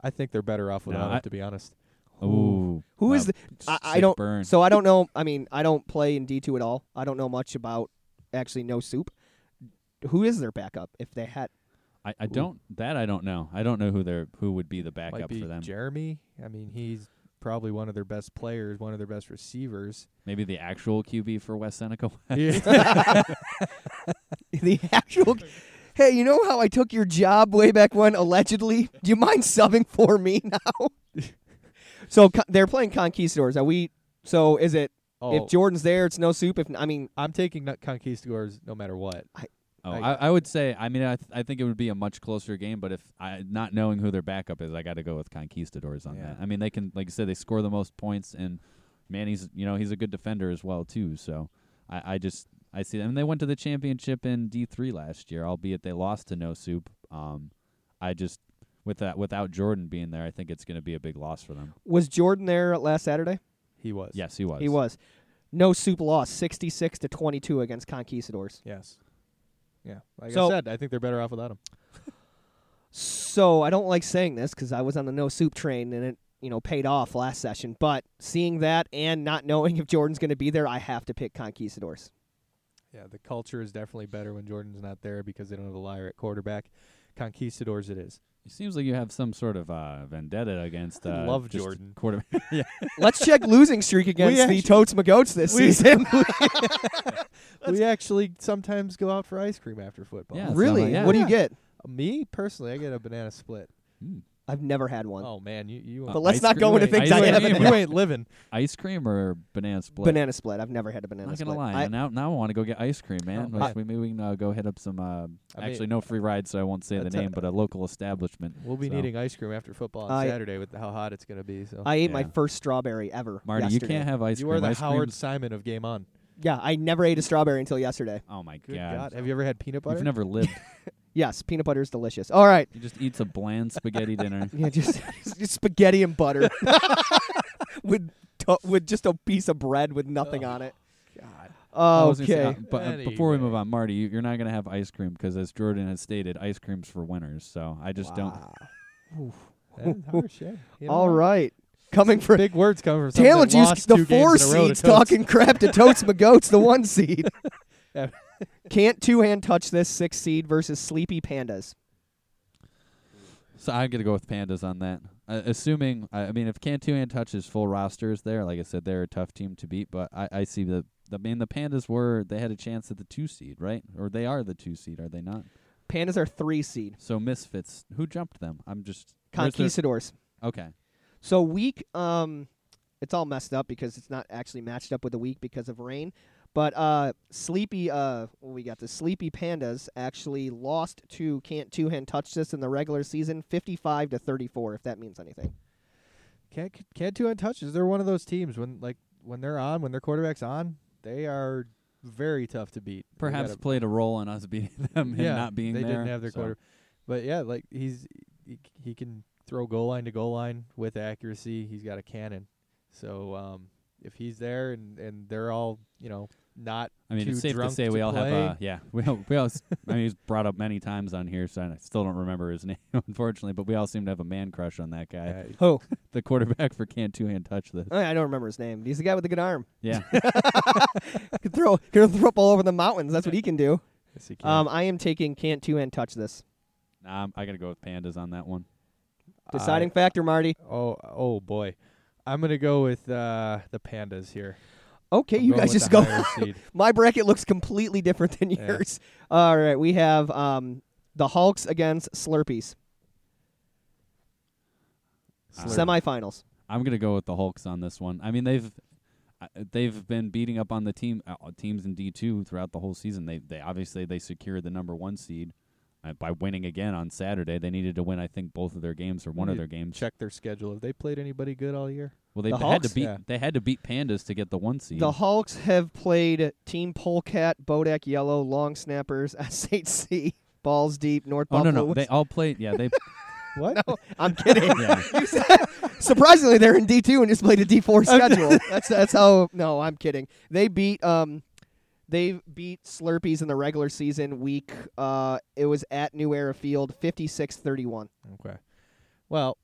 S3: I think they're better off without
S2: I-
S3: it, to be honest.
S2: Ooh,
S1: Who
S2: wow,
S1: is the? I- I
S2: sick
S1: don't-
S2: burn.
S1: So I don't know. I mean, I don't play in D two at all. I don't know much about actually no soup. Who is their backup if they had?
S2: I, I don't that I don't know. I don't know who their who would be the
S3: Might
S2: backup
S3: be
S2: for them.
S3: Jeremy. I mean, he's probably one of their best players, one of their best receivers.
S2: Maybe the actual QB for West Seneca.
S1: the actual. Hey, you know how I took your job way back when, allegedly? Do you mind subbing for me now? so co- they're playing Conquistadors. Are we? So is it
S3: oh,
S1: if Jordan's there, it's no soup. If I mean,
S3: I'm taking Nut Conquistadors no matter what.
S2: Oh,
S3: I-
S2: I, I would say. I mean, I, th- I think it would be a much closer game. But if I not knowing who their backup is, I got to go with Conquistadors on
S3: Yeah.
S2: that. I mean, they can, like you said, they score the most points, and Manny's, you know, he's a good defender as well too. So I, I just I see them. And they went to the championship in D three last year, albeit they lost to No Soup. Um, I just with that without Jordan being there, I think it's going to be a big loss for them.
S1: was Jordan there last Saturday?
S3: He was.
S2: Yes, he was.
S1: He was. No soup loss, sixty-six to twenty-two against Conquistadors.
S3: Yes. Yeah. Like
S1: So-
S3: I said, I think they're better off without him.
S1: So I don't like saying this because I was on the no soup train and it, you know, paid off last session. But seeing that and not knowing if Jordan's going to be there, I have to pick Conquistadors.
S3: Yeah, the culture is definitely better when Jordan's not there because they don't have a liar at quarterback. Conquistadors it is.
S2: It seems like you have some sort of uh, vendetta against.
S3: I
S2: Uh,
S3: love
S2: just
S3: Jordan.
S2: Quarter-
S1: Let's check losing streak against
S3: actually-
S1: the Totes Magoats this
S3: we-
S1: season.
S3: we actually sometimes go out for ice cream after football.
S2: Yeah,
S1: really?
S2: Something, yeah.
S1: What do you
S3: Yeah.
S1: get?
S3: Me personally, I get a banana split.
S2: Mm.
S1: I've never had one.
S3: Oh man, you you
S1: but
S2: Uh,
S1: let's
S2: ice
S1: not
S2: cream-
S1: go into
S2: wait,
S1: things
S2: ice
S1: I
S2: cream
S1: haven't
S2: and
S1: had.
S3: you ain't living.
S2: ice cream or banana split?
S1: Banana split. I've never had a banana
S2: Not gonna
S1: split.
S2: lie,
S1: I-
S2: now now I want to go get ice cream, man.
S3: Oh,
S2: Like,
S3: man.
S2: we maybe we can uh, go hit up some. Uh,
S3: I mean-
S2: actually, no free rides, so I won't say the
S3: That's a-
S2: name, but a local establishment.
S3: We'll be
S2: So,
S3: needing ice cream after football on
S1: I-
S3: Saturday with how hot it's going to be. So
S1: I ate my
S2: Yeah.
S1: first strawberry ever.
S2: Marty,
S1: yesterday.
S2: you can't have ice
S3: you
S2: cream.
S3: are the
S2: ice
S3: Howard
S2: cream's-
S3: Simon of Game On.
S1: Yeah, I never ate a strawberry until yesterday.
S2: Oh my
S3: Good
S2: god.
S3: God, have you ever had peanut butter?
S2: You've never lived.
S1: Yes, peanut butter is delicious. All right.
S2: you just eats a bland spaghetti dinner.
S1: Yeah, just, just spaghetti and butter with to- with just a piece of bread with nothing on it.
S3: God.
S2: I
S1: Oh,
S2: was gonna say,
S1: okay.
S2: uh, but uh, before we move
S3: Anyway.
S2: on, Marty, you, you're not gonna have ice cream because, as Jordan has stated, ice cream's for winners. So I just don't.
S3: That is harsh, yeah. You know
S1: All
S3: what?
S1: right. Coming from
S3: Big words coming from someone
S1: Talent
S3: that
S1: Juice,
S3: lost
S1: the
S3: two
S1: four
S3: games in a row to
S1: seeds
S3: Totes.
S1: talking crap to Totes McGoats, the one seed.
S3: Yeah.
S1: Can't two hand touch this six seed versus Sleepy Pandas.
S2: So I'm gonna go with pandas on that. Uh, assuming, I I mean, if Cantu and Touch's full roster is there, like I said, they're a tough team to beat. But I, I see the, the, I mean, the pandas were they had a chance at the two seed, right? Or they are the two seed, are they not?
S1: Pandas are three seed.
S2: So misfits, who jumped them? I'm just where's their-
S1: Conquistadors.
S2: Okay,
S1: So week, um, it's all messed up because it's not actually matched up with the week because of rain. But uh, sleepy, uh, what we got the sleepy pandas actually lost to can't two hand touch this in the regular season, fifty-five to thirty-four. If that means anything.
S3: Can't can't two untouches. They're one of those teams when like when they're on, when their quarterback's on, they are very tough to beat. We
S2: perhaps
S3: gotta-
S2: played a role in us beating them and
S3: yeah,
S2: not being
S3: they
S2: there.
S3: didn't have their
S2: so.
S3: quarter. But yeah, like he's he, he can throw goal line to goal line with accuracy. He's got a cannon. So um, if he's there and and they're all you know not.
S2: I mean,
S3: too
S2: it's safe to
S3: drunk
S2: say we all
S3: play.
S2: have. Uh, yeah, we all, we all. s- I mean, he's brought up many times on here, so I still don't remember his name, unfortunately. But we all seem to have a man crush on that guy,
S3: Right.
S1: Who?
S2: the quarterback for Can't Two Hand Touch This.
S1: I don't remember his name. He's the guy with the good arm.
S2: Yeah,
S1: Can throw, can throw up all over the mountains. That's what he can do.
S3: Yes, he can.
S1: Um, I am taking can't two and touch this.
S2: nah, I'm, I gotta go with pandas on that one.
S3: I-
S1: Deciding factor, Marty.
S3: oh, oh boy, I'm gonna go with uh, the pandas here.
S1: Okay,
S3: I'm
S1: you
S3: going
S1: guys
S3: with
S1: just go.
S3: the higher seed.
S1: My bracket looks completely different than
S3: Yeah.
S1: yours. All right, we have um, the Hulks against Slurpees
S2: Slurpee.
S1: semifinals.
S2: I'm gonna go with the Hulks on this one. I mean, they've uh, they've been beating up on the team uh, teams in D2 throughout the whole season. They they obviously they secured the number one seed uh, by winning again on Saturday. They needed to win, I think, both of their games or one of
S3: need
S2: their games.
S3: Check their schedule. Have they played anybody good all year?
S2: Well, they
S1: The
S2: had
S1: Hawks?
S2: to beat
S3: Yeah.
S2: they had to beat pandas to get the one seed.
S1: The Hulks have played Team Polecat, Bodak Yellow, Long Snappers, SHC, Balls Deep, North
S2: oh no
S1: Buffalo.
S2: no, they all played. Yeah, they
S3: What?
S1: I'm kidding.
S2: yeah.
S1: Surprisingly, they're in D two and just played a D four schedule. that's that's how. No, I'm kidding. They beat um, they beat Slurpees in the regular season week. Uh, it was at New Era Field, 56-31.
S3: Okay. Well,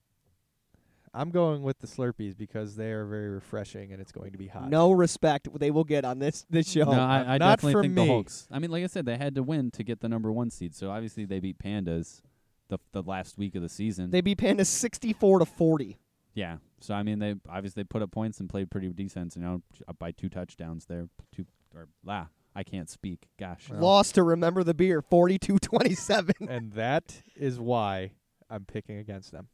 S3: I'm going with the Slurpees because they are very refreshing and it's going to be hot.
S1: No respect they will get on this this show.
S2: No, I, I
S3: not
S2: definitely
S3: for
S2: think
S3: me.
S2: the Hulks. I mean, like I said, they had to win to get the number one seed. So obviously they beat pandas the the last week of the season.
S1: They beat Pandas sixty four to forty.
S2: Yeah. So I mean, they obviously put up points and played pretty decent. You know, up by two touchdowns there. Two or la. I can't speak. Gosh.
S3: Well.
S1: Lost to Remember the Beer, 42-27.
S3: And that is why I'm picking against them.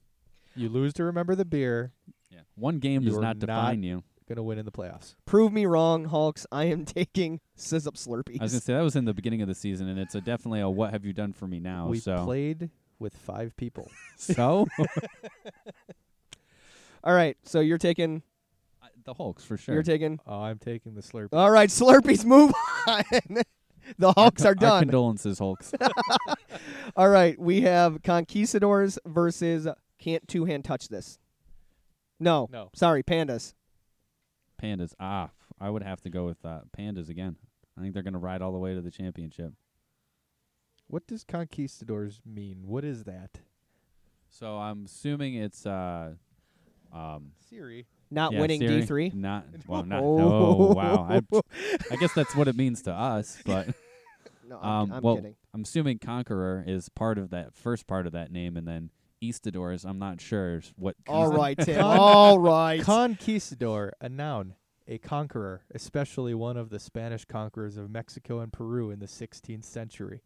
S3: You lose to remember the beer,
S2: Yeah. One game does
S3: You're
S2: not
S3: not-
S2: define you.
S3: gonna win in the playoffs.
S1: Prove me wrong, Hulks. I am taking Sizzup Slurpees.
S2: I was gonna say that was in the beginning of the season, and it's a definitely a what have you done for me now?
S3: we
S2: Oh, so
S3: played with five people.
S2: so
S1: All right, so you're taking
S2: I- the Hulks for sure.
S1: you're taking.
S3: Oh, I'm taking the Slurpee.
S1: All right, Slurpees, move on. the Hulks
S2: Our
S1: are done.
S2: condolences, Hulks.
S1: All right, we have Conquistadors versus can't two hand touch this. No,
S3: No.
S1: sorry, pandas.
S2: pandas. Ah, f- I would have to go with uh, pandas again. I think they're gonna ride all the way to the championship.
S3: What does conquistadors mean? What is that?
S2: So I'm assuming it's uh, um,
S3: Siri.
S1: Not
S2: Yeah,
S1: winning
S2: Siri. Um,
S1: D three.
S2: Not well, not.
S1: Oh.
S2: Oh wow! I, I guess that's what it means to us. But
S1: No, I'm,
S2: um,
S1: I'm
S2: well,
S1: kidding.
S2: I'm assuming Conqueror is part of that first part of that name, and then Eastadors. I'm not sure is what.
S1: All
S2: is it-
S1: right, Tim. All right.
S3: Conquistador, a noun, a conqueror, especially one of the Spanish conquerors of Mexico and Peru in the 16th century.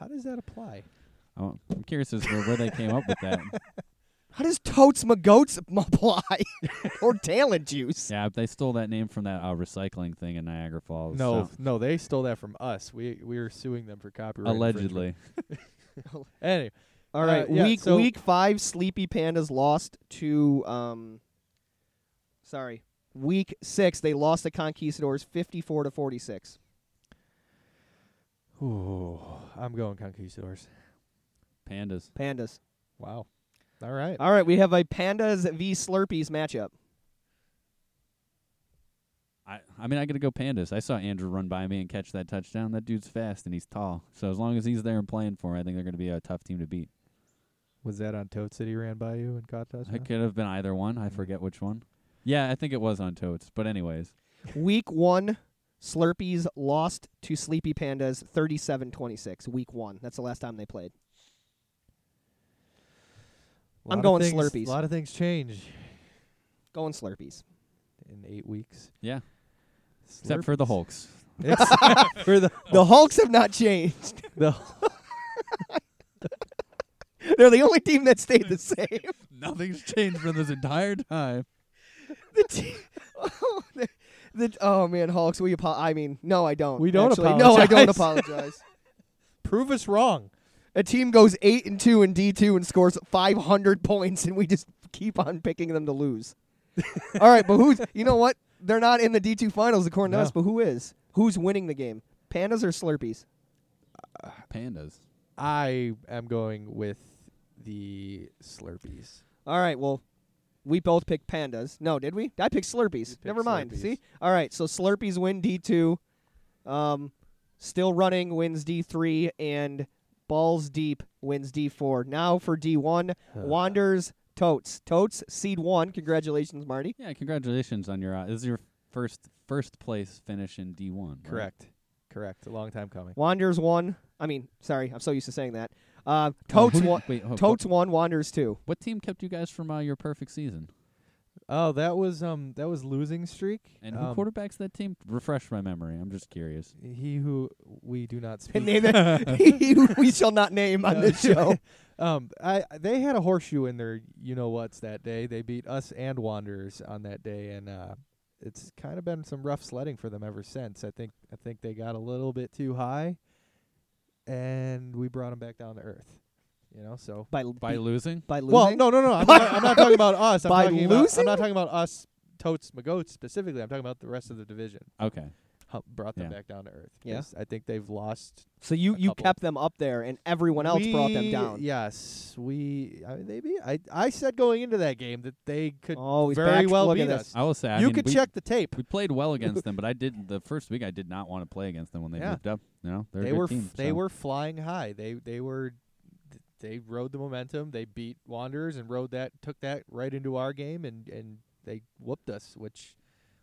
S3: How does that apply?
S2: Oh, I'm curious as to where they came up with that.
S1: How does totes magoats apply? or talent juice?
S2: Yeah, they stole that name from that uh, recycling thing in Niagara Falls.
S3: No,
S2: Oh, so-
S3: no, they stole that from us. We we are suing them for copyright. infringement.
S2: allegedly.
S3: Anyway,
S1: All right,
S3: Uh, yeah,
S1: week
S3: so-
S1: week five. Sleepy pandas lost to um. Sorry, week six they lost to Conquistadors fifty four to forty six.
S3: ooh, I'm going conquistadors.
S2: Pandas.
S1: Pandas.
S3: Wow. All right.
S1: All right, we have a pandas v Slurpees matchup.
S2: I, I mean, I gotta go pandas. I saw Andrew run by me and catch that touchdown. That dude's fast and he's tall. So as long as he's there and playing for me, I think they're gonna be a tough team to beat.
S3: Was that on Toad City ran by you and caught us?
S2: It could have been either one. I forget which one. Yeah, I think it was on Totes. But anyways,
S1: Week one, Slurpees lost to Sleepy Pandas 37 26. Week one. That's the last time they played. I'm going Slurpees.
S3: A lot of things change
S1: Going Slurpees.
S3: in eight weeks.
S2: yeah, except for the Hulks.
S3: Except for the
S1: The Hulks have not changed.
S3: the
S1: They're the only team that stayed the same.
S2: Nothing's changed for this entire time.
S1: The team. Oh, the, the- oh man, Hulks, we apo- I mean, no, I don't.
S3: We don't
S1: actually. No, I don't
S3: apologize.
S1: apologize.
S3: prove us wrong.
S1: A team goes 8 and 2 in D2 and scores 500 points and we just keep on picking them to lose. All right, but who's You know what? They're not in the D2 finals according to
S3: No.
S1: us, but who is? Who's winning the game? Pandas or Slurpees?
S2: Pandas.
S3: I am going with the Slurpees.
S1: All right, well, we both picked Pandas. No, did we? I picked Slurpees.
S3: picked
S1: Never mind.
S3: Slurpees.
S1: See? All right, so Slurpees win D2. Um, still running wins D3 and balls deep wins D4. Now for D1, Wanders Totes. Totes seed 1. Congratulations, Marty.
S2: Yeah, congratulations on your. Uh, this is your first first place finish in D one.
S3: Correct. Correct. A long time coming.
S1: Wanders 1. I mean, sorry, I'm so used to saying that. Uh, Totes 1.
S2: Wait, hold-
S1: Totes 1, Wanders 2.
S2: What team kept you guys from uh, your perfect season?
S3: Oh, that was um that was losing streak.
S2: And
S3: um,
S2: who quarterbacks that team? Refresh my memory. I'm just curious.
S3: He who we do not speak.
S1: Name that we shall not name on
S3: No.
S1: this show.
S3: Um, I they had a horseshoe in their you know what's that day. They beat us and Wanderers on that day, and uh, it's kind of been some rough sledding for them ever since. I think I think they got a little bit too high, and we brought them back down to earth. You know, so
S1: By
S2: By losing?
S1: by losing.
S3: well, no, no, no. I'm not, I'm not talking about us. I'm
S1: By
S3: talking about,
S1: losing?
S3: I'm not talking about us, totes, magotes specifically. I'm talking about the rest of the division.
S2: Okay.
S3: Hu- Brought them
S2: Yeah.
S3: back down to earth.
S1: Yeah.
S3: 'cause I think they've lost
S1: so you
S3: a
S1: you
S3: couple.
S1: kept them up there and everyone else brought them
S3: We-
S1: down.
S3: Yes, we. I mean, they beat. I I said going into that game that they could
S1: Oh, he's
S3: very
S1: back
S3: well
S1: looking
S3: beat
S1: at
S3: us.
S1: us.
S2: I will say I
S3: you
S2: mean,
S3: could
S2: we,
S3: check the tape.
S2: we played well against them, but I did the first week I did not want to play against them when they
S3: Yeah.
S2: moved up. You know, they're a
S3: They
S2: good
S3: were
S2: team,
S3: f- they
S2: so.
S3: were flying high. They they were th- they rode the momentum. They beat Wanderers and rode that took that right into our game and and they whooped us, which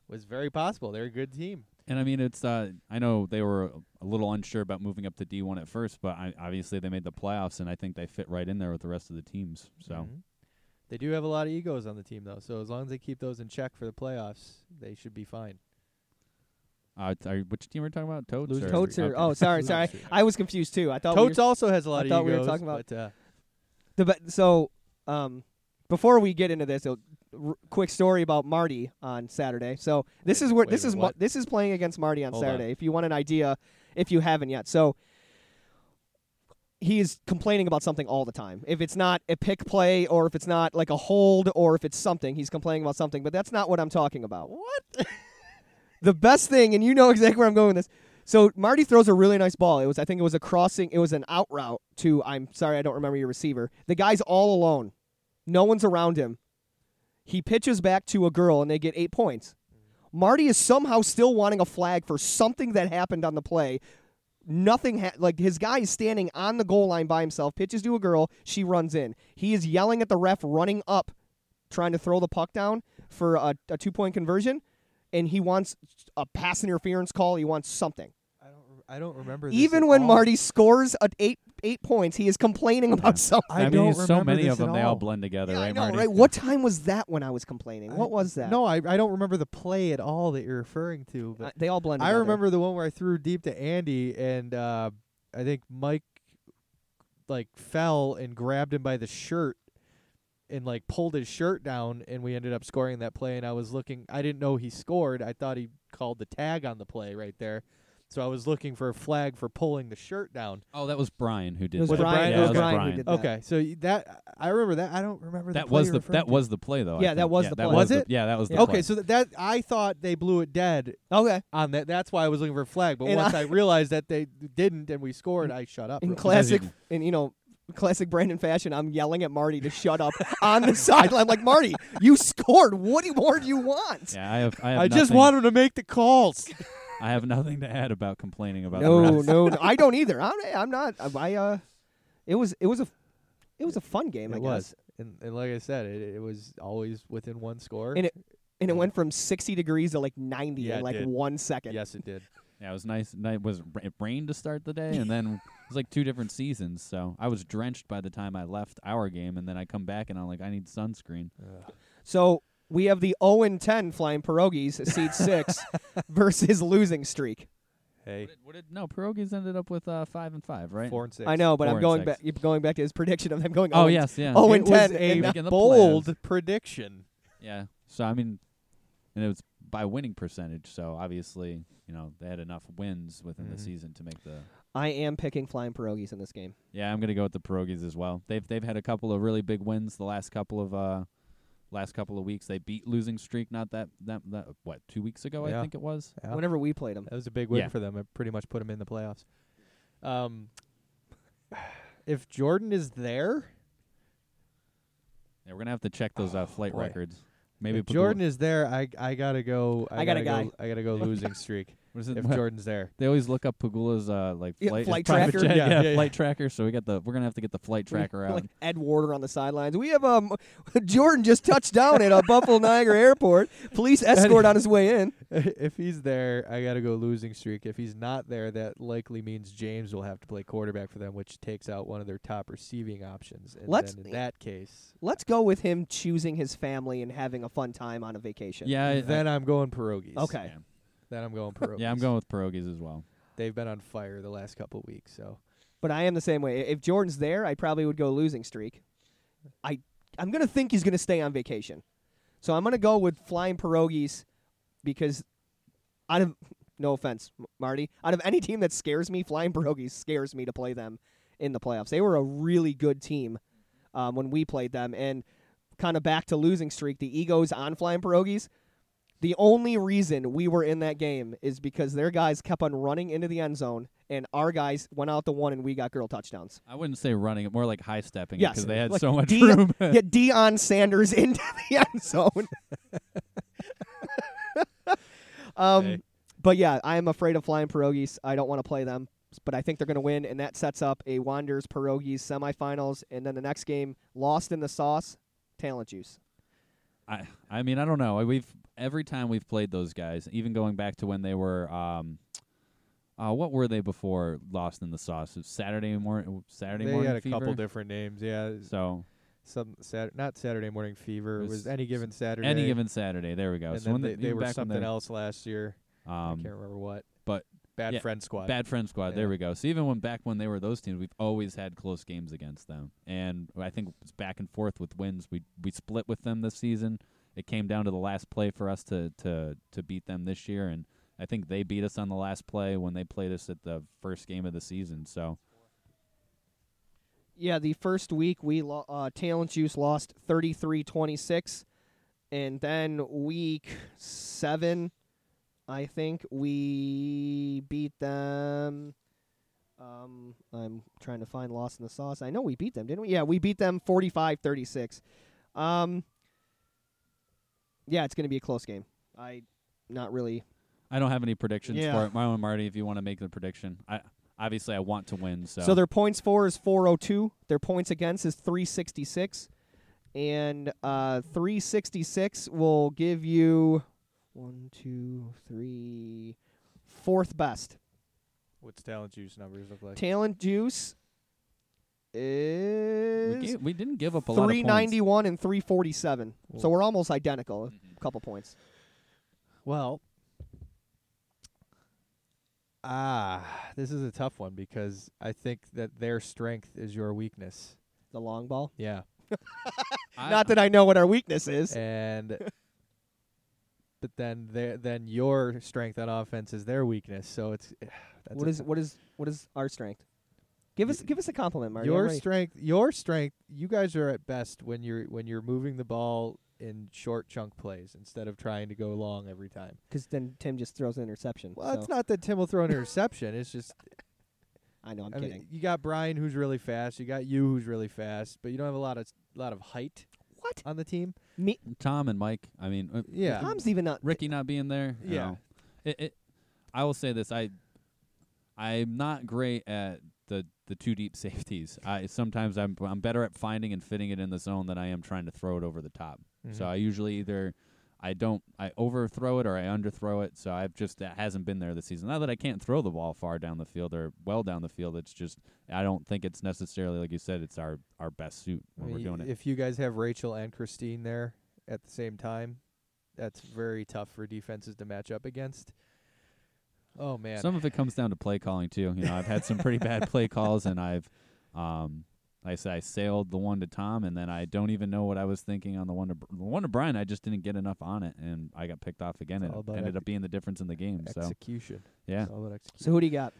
S3: was very possible. They're a good team.
S2: And I mean, it's uh, I know they were a little unsure about moving up to D one at first, but I, obviously they made the playoffs, and I think they fit right in there with the rest of the teams. So
S3: Mhm. They do have a lot of egos on the team though, so as long as they keep those in check for the playoffs, they should be fine.
S2: Uh, t- are, which team are we talking about? Toads?
S3: Losers.
S2: or-
S1: Totes are
S2: okay.
S1: oh sorry sorry
S3: Losers.
S1: I was confused too. I thought we were-
S3: Totes also has a lot
S1: I
S3: of
S1: thought we were
S3: egos,
S1: talking about-
S3: but, uh,
S1: The, but so, um, before we get into this, a r- quick story about Marty on Saturday. So this is where
S3: Wait,
S1: this
S3: wait,
S1: is Ma-
S3: what?
S1: this is playing against Marty on
S2: Hold on.
S1: Saturday. If you want an idea, if you haven't yet, so he is complaining about something all the time. If it's not a pick play, or if it's not like a hold, or if it's something, he's complaining about something. But that's not what I'm talking about. What? the best thing, and you know exactly where I'm going with this. So Marty throws a really nice ball. It was I think it was a crossing. It was an out route to I'm sorry I don't remember your receiver. The guy's all alone. No one's around him. He pitches back to a girl and they get 8 points. Marty is somehow still wanting a flag for something that happened on the play. Nothing ha- like his guy is standing on the goal line by himself, pitches to a girl, she runs in. He is yelling at the ref running up trying to throw the puck down for a, a two-point conversion and he wants a pass interference call, he wants something.
S3: I don't. Re- I don't remember. This
S1: Even
S3: at
S1: when
S3: all.
S1: Marty scores at eight eight points, he is complaining about something.
S2: I, mean, there's so many of them. They all blend together,
S1: Yeah,
S2: right,
S1: I know,
S2: Marty?
S1: right? What time was that when I was complaining?
S3: I-
S1: What was that?
S3: No, I I don't remember the play at all that you're referring to.
S1: I,
S3: But
S1: they all blend.
S3: I,
S1: together.
S3: remember the one where I threw deep to Andy, and uh, I think Mike like fell and grabbed him by the shirt and like pulled his shirt down, and we ended up scoring that play. And I was looking. I didn't know he scored. I thought he called the tag on the play right there. So I was looking for a flag for pulling the shirt down.
S2: Oh, that was Brian who did.
S1: It was
S2: that.
S3: Was it
S1: Brian.
S3: Brian?
S1: it
S2: Yeah,
S3: Yeah,
S1: was
S3: that was
S1: Brian,
S2: Brian.
S1: who did that.
S3: Okay, so that I remember that. I don't remember
S2: That
S3: the play
S2: was
S3: you're
S2: the
S3: referring
S2: that
S3: to.
S2: was the play though. I
S1: Yeah, that
S2: think.
S1: was
S2: yeah,
S1: the
S2: that
S1: play.
S2: Was
S3: Was
S2: the-
S3: it?
S2: yeah, that was the
S3: Okay,
S2: play.
S3: so that, that I thought they blew it dead
S1: Okay.
S3: on that. That's why I was looking for a flag. But
S1: And
S3: once I, realized that they didn't and we scored, I shut up.
S1: In
S3: really.
S1: classic,
S2: you-
S1: in you know, classic Brandon fashion, I'm yelling at Marty to shut up on the sideline. Like Marty, you scored. What do- more do you want?
S2: yeah, I have. I, have
S3: I just
S2: nothing-
S3: wanted to make the calls.
S2: I have nothing to add about complaining about.
S1: No,
S2: the refs.
S1: no, no, I don't either. I'm, I'm not. I uh, it was it was a, it was a fun game. I
S3: it
S1: guess.
S3: was, and, and like I said, it, it was always within one score.
S1: And it- and it went from 60 degrees to like 90
S3: Yeah,
S1: in
S3: it
S1: like
S3: did.
S1: one second.
S3: yes, it did.
S2: Yeah, it was nice. Night was it rained to start the day, and then it was like two different seasons. So I was drenched by the time I left our game, and then I come back and I'm like, I need sunscreen.
S1: So we have the 0 and 10 flying pierogies, seed six, versus losing streak.
S3: hey,
S2: What did, what did, no, pierogies ended up with uh, five and five, right?
S3: four and six.
S1: I know, but
S2: Four
S1: I'm
S2: and
S1: going
S2: six.
S1: back. Going back to his prediction of them going.
S2: Oh
S1: 0 and-
S2: yes, yeah,
S1: oh,
S3: It
S1: and
S3: was
S1: 10 and
S2: making
S3: a
S2: the
S3: bold prediction.
S2: yeah. So I mean, and it was by winning percentage. So obviously, you know, they had enough wins within
S3: Mhm.
S2: the season to make the.
S1: I am picking flying pierogies in this game.
S2: Yeah, I'm gonna go with the pierogies as well. They've they've had a couple of really big wins the last couple of uh last couple of weeks. They beat losing streak not that that, that what two weeks ago I
S3: Yeah.
S2: think it was.
S3: Yeah.
S1: Whenever we played them,
S3: That was a big win
S2: Yeah.
S3: for them. It pretty much put them in the playoffs. Um, if Jordan is there,
S2: Yeah, we're gonna have to check those uh, flight
S3: boy.
S2: records. Maybe
S3: if
S2: put the-
S3: Jordan is there, I I gotta go. I,
S1: I got a
S3: gotta go, I gotta go losing streak.
S2: What is it?
S3: if
S2: What-
S3: Jordan's there.
S2: They always look up Pagula's uh like
S1: Yeah,
S2: flight, his
S1: flight
S2: private
S1: tracker.
S2: jet,
S3: Yeah,
S2: yeah,
S3: yeah, yeah.
S2: flight tracker. So we got the we're gonna have to get the flight tracker out.
S1: Like Ed Warder on the sidelines. We have um Jordan just touched down at uh, Buffalo Niagara Airport. Police escort on his way in.
S3: if he's there, I got to go losing streak. If he's not there, that likely means James will have to play quarterback for them, which takes out one of their top receiving options. And
S1: Let's-
S3: then in that case,
S1: Let's go with him choosing his family and having a fun time on a vacation.
S2: yeah, I- I-
S3: then I'm going pierogies.
S1: Okay.
S2: yeah.
S3: Then I'm going pierogies.
S2: yeah, I'm going with pierogies as well.
S3: They've been on fire the last couple weeks, so
S1: But I am the same way. I- If Jordan's there, I probably would go losing streak. I I'm gonna think he's gonna stay on vacation, so I'm gonna go with flying pierogies because out of no offense, M- Marty, out of any team that scares me, flying pierogies scares me to play them in the playoffs. They were a really good team um, when we played them, and kind of back to losing streak. The egos on flying pierogies. The only reason we were in that game is because their guys kept on running into the end zone, and our guys went out the one, and we got girl touchdowns.
S2: I wouldn't say running it, more like high stepping
S1: Yes,
S2: because they had
S1: like
S2: so much
S1: Dion-
S2: room.
S1: Get Dion Sanders into the end zone. um,
S3: Hey.
S1: But yeah, I am afraid of flying pierogies. I don't want to play them, but I think they're going to win, and that sets up a Wanderers pierogies semifinals, and then the next game, lost in the sauce, talent juice.
S2: I I mean I don't know. We've every time we've played those guys, even going back to when they were um uh what were they before Lost in the Sauce? It was Saturday morning Saturday
S3: they
S2: morning
S3: had a
S2: fever.
S3: couple different names. Yeah,
S2: so
S3: some Saturday, not Saturday morning fever. It
S2: It
S3: was
S2: was
S3: any given Saturday.
S2: any given Saturday, there we go.
S3: And
S2: so
S3: then
S2: when
S3: they, they
S2: even
S3: were
S2: back when
S3: something
S2: they-
S3: else last year. I
S2: Um,
S3: can't remember what.
S2: but-
S3: bad
S2: yeah,
S3: friend squad.
S2: Bad friend squad.
S3: Yeah.
S2: There we go. So even when back when they were those teams, we've always had close games against them, and I think it's back and forth with wins. We we split with them this season. It came down to the last play for us to to to beat them this year, and I think they beat us on the last play when they played us at the first game of the season. So
S1: Yeah, the first week we lo- uh, Talent Juice lost 33-26, and then week seven, I think we beat them. Um, I'm trying to find Lost in the Sauce. I know we beat them, didn't we? Yeah, we beat them 45-36. Um, yeah, it's going to be a close game. I not really.
S2: I don't have any predictions
S1: Yeah.
S2: for it. My own Marty, if you want to make the prediction, I obviously I want to win. So,
S1: So, their points for is 402. Their points against is 366. And uh, 366 will give you one, two, three, fourth best.
S3: What's talent juice numbers look like?
S1: Talent Juice
S2: we,
S1: is
S2: gave- we didn't give up a lot of points.
S1: 391 and 347. So
S3: Whoa.
S1: we're almost identical,
S2: Mm-hmm.
S1: a couple points.
S3: Well, ah, this is a tough one because I think that their strength is your weakness.
S1: The long ball.
S3: Yeah,
S2: I-
S1: Not that I know what our weakness is.
S3: and but then their then your strength on offense is their weakness. So it's that's
S1: What
S3: a
S1: is
S3: tou-
S1: what is what is our strength? Give us give us a compliment, Marty. I'm
S3: your
S1: ready.
S3: strength. Your strength. You guys are at best when you're when you're moving the ball in short chunk plays instead of trying to go long every time.
S1: Because then Tim just throws an interception.
S3: Well,
S1: so-
S3: it's not that Tim will throw an interception. It's just
S1: I know, I'm
S3: I mean,
S1: kidding.
S3: you got Brian, who's really fast. You got you, who's really fast, but you don't have a lot of lot of height
S1: what?
S3: on the team.
S1: Me?
S2: Tom and Mike. I mean, uh,
S3: Yeah.
S1: Tom's even not.
S2: Ricky not being there. I
S3: Yeah.
S2: don't know. It, it, I will say this. I I'm not great at the the two deep safeties. I sometimes I'm I'm better at finding and fitting it in the zone than I am trying to throw it over the top. So
S3: Mm-hmm.
S2: I usually either I don't I overthrow it or I underthrow it. So I've just that hasn't been there this season. Not that I can't throw the ball far down the field or well down the field. It's just I don't think it's necessarily like you said. It's our our best suit
S3: I
S2: when
S3: mean,
S2: we're doing it.
S3: If you guys have Rachel and Christine there at the same time, that's very tough for defenses to match up against. Oh man,
S2: Some of it comes down to play calling too. You know, I've had some pretty bad play calls, and I've, um, like I said I sailed the one to Tom, and then I don't even know what I was thinking on the one to Br- the one to Brian. I just didn't get enough on it, and I got picked off again.
S3: It's
S2: and
S3: all
S2: it
S3: about
S2: ended
S3: ex-
S2: up being the difference in the game. So
S3: execution.
S2: yeah,
S3: It's all about execution.
S1: So who do you got?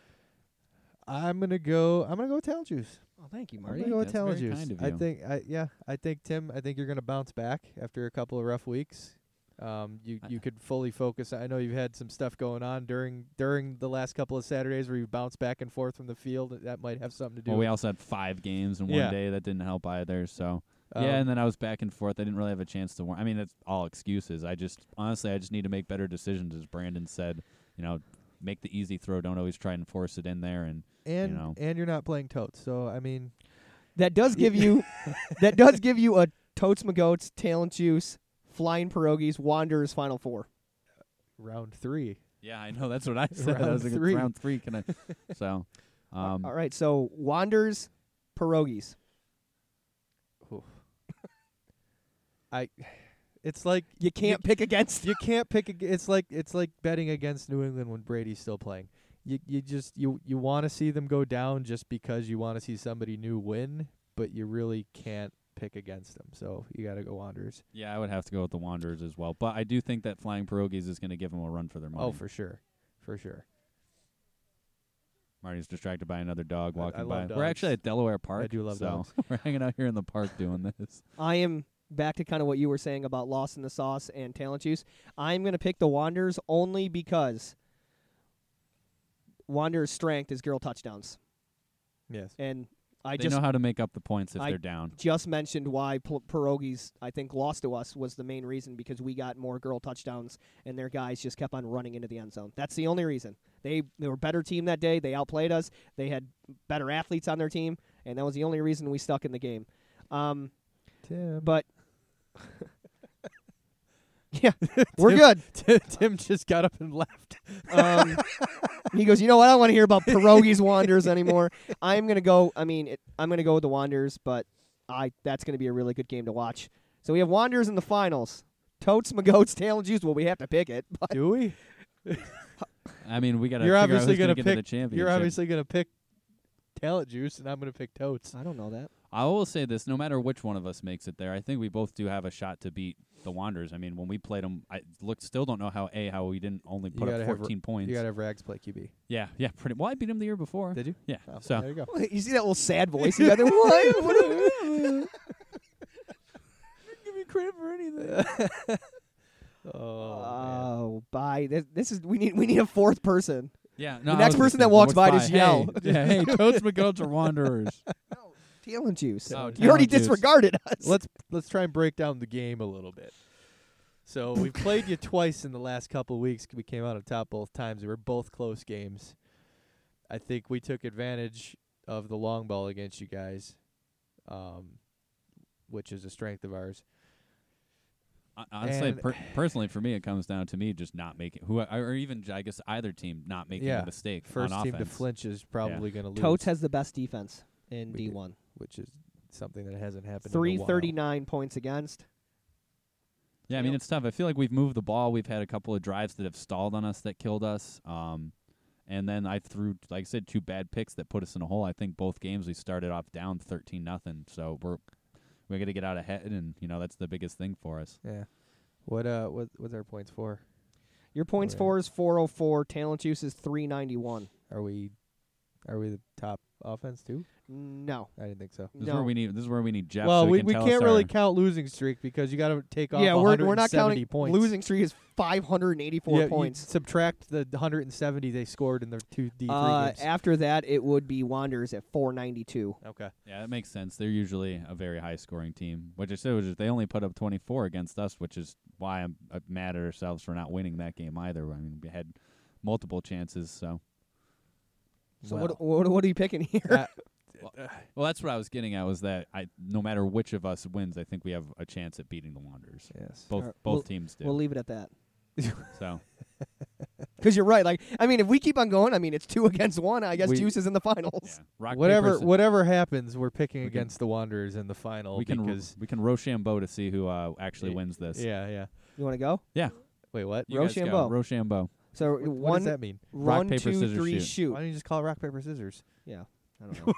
S3: I'm gonna go. I'm gonna go with Talent Juice.
S1: Oh, thank you,
S3: I'm
S1: Marty.
S3: gonna go with
S2: that's
S3: Talent
S2: very
S3: Juice.
S2: kind of
S3: I
S2: you.
S3: think. I yeah. I think Tim. I think you're gonna bounce back after a couple of rough weeks. Um, you
S2: I-
S3: you could fully focus. I know you've had some stuff going on during during the last couple of Saturdays where you bounce back and forth from the field. That might have something to do.
S2: well, we
S3: with-
S2: also had five games in
S3: Yeah.
S2: one day that didn't help either. So
S3: um,
S2: yeah, and then I was back and forth. I didn't really have a chance to warn. I mean, that's all excuses. I just honestly, I just need to make better decisions, as Brandon said. You know, make the easy throw. Don't always try and force it in there. And
S3: and
S2: know.
S3: and you're not playing totes, so I mean,
S1: That does give you that does give you a Totes McGoats, Talent Juice, Flying Pierogies, Wanderers Final Four.
S3: round three.
S2: yeah, I know that's what I said. I
S3: Round
S2: was like, it's
S3: three.
S2: round three. Can I? so, um,
S1: All right, so Wanderers, Pierogies.
S3: It's like
S1: You can't pick against.
S3: you can't pick. ag- It's like it's like betting against New England when Brady's still playing. You you just you you want to see them go down just because you want to see somebody new win, but you really can't pick against them. So you got to go Wanderers.
S2: yeah, I would have to go with the Wanderers as well. But I do think that Flying Pierogies is going to give them a run for their money.
S3: Oh, for sure, for sure.
S2: Marty's distracted by another dog
S3: I-
S2: walking
S3: I
S2: by.
S3: love
S2: We're
S3: dogs.
S2: actually at Delaware Park.
S3: do love
S2: so
S3: dogs.
S2: We're hanging out here in the park doing this.
S1: I am back to kind of what you were saying about Lost in the Sauce and Talent Juice. I'm going to pick the Wanderers only because Wanderers' strength is girl touchdowns,
S3: Yes.
S1: and I
S2: they
S1: just
S2: know how to make up the points if
S1: I-
S2: they're down.
S1: just mentioned why P- pierogies I think lost to us was the main reason because we got more girl touchdowns and their guys just kept on running into the end zone. That's the only reason. They they were a better team that day. They outplayed us. They had better athletes on their team, and that was the only reason we stuck in the game. Um,
S3: Tim,
S1: but yeah, we're good.
S3: Tim, Tim just got up and left.
S1: Um, he goes, you know what? I don't want to hear about pierogies Wanderers anymore. I'm gonna go. I mean, it, I'm gonna go with the Wanderers, but I that's gonna be a really good game to watch. So we have Wanderers in the finals. Totes, McGoats, Tail and Juice. Well, we have to pick it. But
S3: Do we?
S2: I mean, we got to.
S3: You're obviously
S2: going to
S3: gonna
S2: get to the
S3: pick-
S2: championship.
S3: You're obviously gonna pick talent juice, and I'm gonna pick totes.
S1: I don't know that.
S2: I will say this: no matter which one of us makes it there, I think we both do have a shot to beat the Wanderers. I mean, when we played them, I look still don't know how a how we didn't only
S3: You
S2: put
S3: gotta
S2: up
S3: have r-
S2: 14 points.
S3: You gotta have Rags play QB.
S2: yeah, yeah, pretty. Well, I beat them the year before.
S3: Did you?
S2: Yeah,
S3: Oh,
S2: so
S3: there you go.
S1: You see that little sad voice? The other one. What do you-
S3: give me credit for anything. oh, man.
S1: Oh, bye. This, this is we need we need a fourth person.
S2: yeah. No,
S1: The
S2: I
S1: next
S2: was gonna
S1: person
S2: say,
S1: that walks
S2: what's
S1: by, just
S2: hey,
S1: yell.
S2: yeah, hey, Toads McGoats are Wanderers.
S1: Tail and Juice.
S2: Oh,
S1: you already
S2: Tail and Juice.
S1: disregarded us.
S3: let's let's try and break down the game a little bit. So we've played you twice in the last couple weeks. We came out on top both times. They were both close games. I think we took advantage of the long ball against you guys, um, which is a strength of ours.
S2: Hon- Honestly,
S3: And-
S2: per- personally, for me, it comes down to me just not making who, I- or even I guess either team not making
S3: Yeah.
S2: a mistake
S3: First
S2: on
S3: team to
S2: offense.
S3: flinch is probably going to lose,
S1: Totes has the best defense in
S3: We do.
S1: D1.
S3: which is something that hasn't happened.
S1: Three
S3: in a while.
S1: thirty-nine points against.
S2: Yeah, I mean
S1: Yep.
S2: it's tough. I feel like we've moved the ball. We've had a couple of drives that have stalled on us that killed us. Um, and then I threw, like I said, two bad picks that put us in a hole. I think both games we started off down thirteen nothing. So we're we got to get out ahead, and you know that's the biggest thing for us.
S3: Yeah. What uh? What what's our points for?
S1: Your points
S3: Right.
S1: for is 404. Talent juice is 391.
S3: Are we are we the top offense too?
S1: No.
S3: I didn't think so.
S2: This is
S1: no.
S2: where we need. This is where we need Jeff.
S3: well,
S2: so
S3: we,
S2: can
S3: we
S2: tell
S3: can't
S2: us
S3: really
S2: our-
S3: count losing streak because you got to take off.
S1: yeah, we're, we're not
S3: 170
S1: counting.
S3: points.
S1: Losing streak is 584
S3: Yeah, you
S1: points.
S3: subtract the 170 they scored in their two D3
S1: Uh,
S3: games.
S1: after that, it would be Wanderers at 492.
S3: okay.
S2: Yeah, that makes sense. They're usually a very high scoring team. Which I said was just they only put up 24 against us, which is why I'm uh, mad at ourselves for not winning that game either. I mean, we had multiple chances. So,
S1: So what, what what are you picking here?
S3: Uh,
S2: well, that's what I was getting at was that I no matter which of us wins, I think we have a chance at beating the Wanderers.
S3: yes. Uh,
S2: Both
S1: Alright,
S2: both
S1: we'll-
S2: teams do.
S1: We'll leave it at that.
S2: so,
S1: Because you're right. Like I mean, if we keep on going, I mean, it's two against one. I guess
S3: We-
S1: Juice is in the
S2: yeah.
S1: finals.
S2: Rock,
S3: whatever
S2: paper, sci-
S3: whatever happens, we're picking
S2: We can-
S3: against the Wanderers in the final
S2: we can
S3: because
S2: we can Rochambeau to see who uh, actually
S3: Y-
S2: wins this.
S3: yeah, yeah.
S1: You want to go?
S3: Wait, what?
S2: You guys go.
S1: Rochambeau.
S2: Rochambeau.
S1: So
S3: What, what
S1: one,
S3: does that mean?
S2: Rock,
S1: one,
S2: paper,
S1: two,
S2: scissors,
S1: three,
S2: shoot.
S1: shoot.
S3: Why don't you just call it rock paper scissors?
S1: I don't know.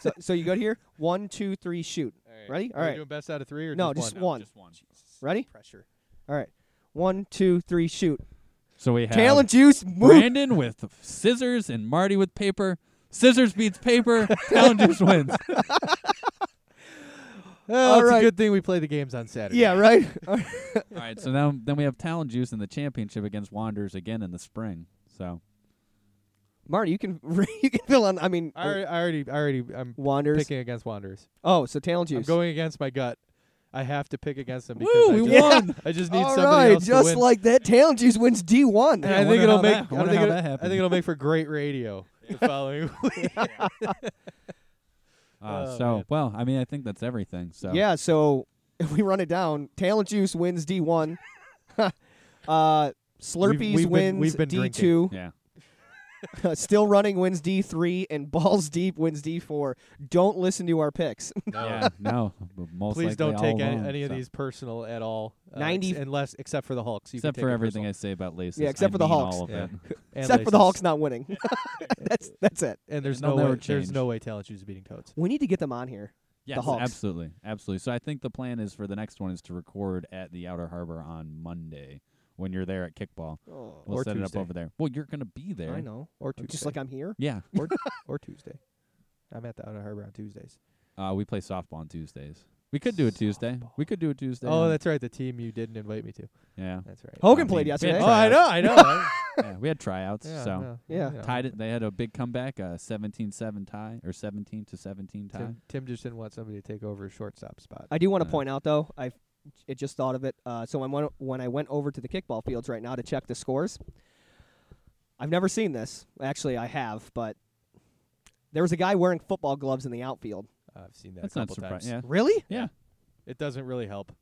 S1: so, so you go here. One, two, three, shoot. Ready?
S3: Are
S1: All
S3: we
S1: right.
S3: doing best out of three or
S1: No,
S3: just,
S1: just one.
S2: Just one.
S1: Ready?
S3: Pressure.
S1: All right. One, two, three, shoot.
S2: So we have
S1: Tail and Juice, move.
S2: Brandon with scissors and Marty with paper. Scissors beats paper. Talent just wins.
S3: Oh, it's
S1: right.
S3: a good thing we play the games on Saturday.
S1: Yeah, right.
S2: All right, so now then we have Talent Juice in the championship against Wanderers again in the spring. So
S1: Marty, you can you can fill on. I mean,
S3: I already, I already, I already I'm
S1: Wanderers.
S3: picking against Wanderers.
S1: Oh, so Talent
S3: I'm
S1: Juice.
S3: going against my gut. I have to pick against them because
S2: Woo,
S3: I,
S2: we
S3: just,
S2: won.
S3: I just need
S1: All
S3: somebody
S1: right,
S3: else
S1: just
S3: to win.
S1: like that, Town Juice wins D one.
S3: And
S2: Yeah, I
S3: I think
S2: wonder
S3: it'll
S2: how
S3: make
S2: that-
S3: I
S2: wonder
S3: think
S2: how
S3: it'll,
S2: that
S3: I
S2: happened.
S3: think it'll make for great radio the following week.
S2: Uh,
S3: Oh,
S2: so
S3: man.
S2: well, I mean, I think that's everything. So
S1: Yeah, so if we run it down, Talent Juice wins D one. uh Slurpees
S3: We've- we've been-
S1: wins
S3: we've been
S1: D two.
S2: yeah.
S1: Still running wins D three and Balls Deep wins D four. Don't listen to our picks.
S3: No.
S2: yeah, no. but Most
S3: Please
S2: likely
S3: don't
S2: all
S3: take
S2: alone,
S3: any, any of
S2: so.
S3: these personal at all. uh, ex-
S1: 90
S3: unless except for the Hulk. So you can
S2: except
S3: take
S2: for
S3: it
S2: everything
S3: personal.
S2: I say about Laces.
S1: Yeah, except
S2: I
S1: for the
S2: mean
S1: Hulks.
S2: All of
S3: Yeah.
S2: it.
S3: And
S1: Except for the
S3: laces.
S1: Hawks not winning. that's that's it.
S3: And there's
S2: They'll
S3: no
S2: never
S3: way, there's
S2: change.
S3: no way Talent Shoes beating Toads.
S1: We need to get them on here.
S2: Yes,
S1: Hawks.
S2: absolutely, absolutely. So I think the plan is for the next one is to record at the Outer Harbor on Monday when you're there at kickball.
S1: Oh,
S2: We'll
S3: Or
S2: set it
S3: Tuesday.
S2: up over there. Well, you're gonna be there.
S1: I know.
S3: Or Tuesday.
S1: Just like I'm here.
S2: Yeah,
S3: or, or Tuesday. I'm at the Outer Harbor on Tuesdays.
S2: uh, we play softball on Tuesdays. We could do a Tuesday. We could do a Tuesday.
S3: Oh,
S2: on-
S3: that's right. The team you didn't invite me to.
S2: yeah.
S3: That's right.
S1: Hogan
S2: I
S1: played
S2: mean,
S1: yesterday.
S2: yeah,
S3: Oh, I know. I know. I-
S2: yeah, we had tryouts.
S3: yeah,
S2: so
S3: no,
S1: Yeah.
S3: you know.
S2: tied it. They had a big comeback, a 17-7 tie or 17 to 17 tie.
S3: Tim, Tim just didn't want somebody to take over his shortstop spot.
S1: I do want to
S2: Uh,
S1: point out though, I it just thought of it. Uh, so when I went- when I went over to the kickball fields right now to check the scores, I've never seen this. Actually, I have, but there was a guy wearing football gloves in the outfield.
S3: Uh, I've seen that
S2: That's
S3: a
S2: not
S3: couple times.
S2: surprising. Yeah,
S1: Really?
S2: Yeah.
S3: It doesn't really help.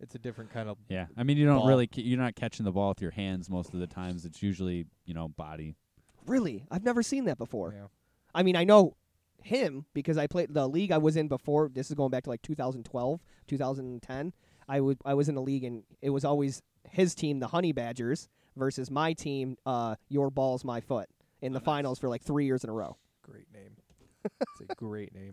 S3: It's a different kind of
S2: Yeah, I mean you don't
S3: Ball.
S2: really ca- you're not catching the ball with your hands most of the times. It's usually you know body.
S1: Really? I've never seen that before.
S3: Yeah.
S1: I mean, I know him because I played the league I was in before. This is going back to like 2012, 2010. I was I was in a league and it was always his team, the Honey Badgers, versus my team, uh, Your Balls, My Foot, in the finals for like three years in a row.
S3: great name. it's a great name.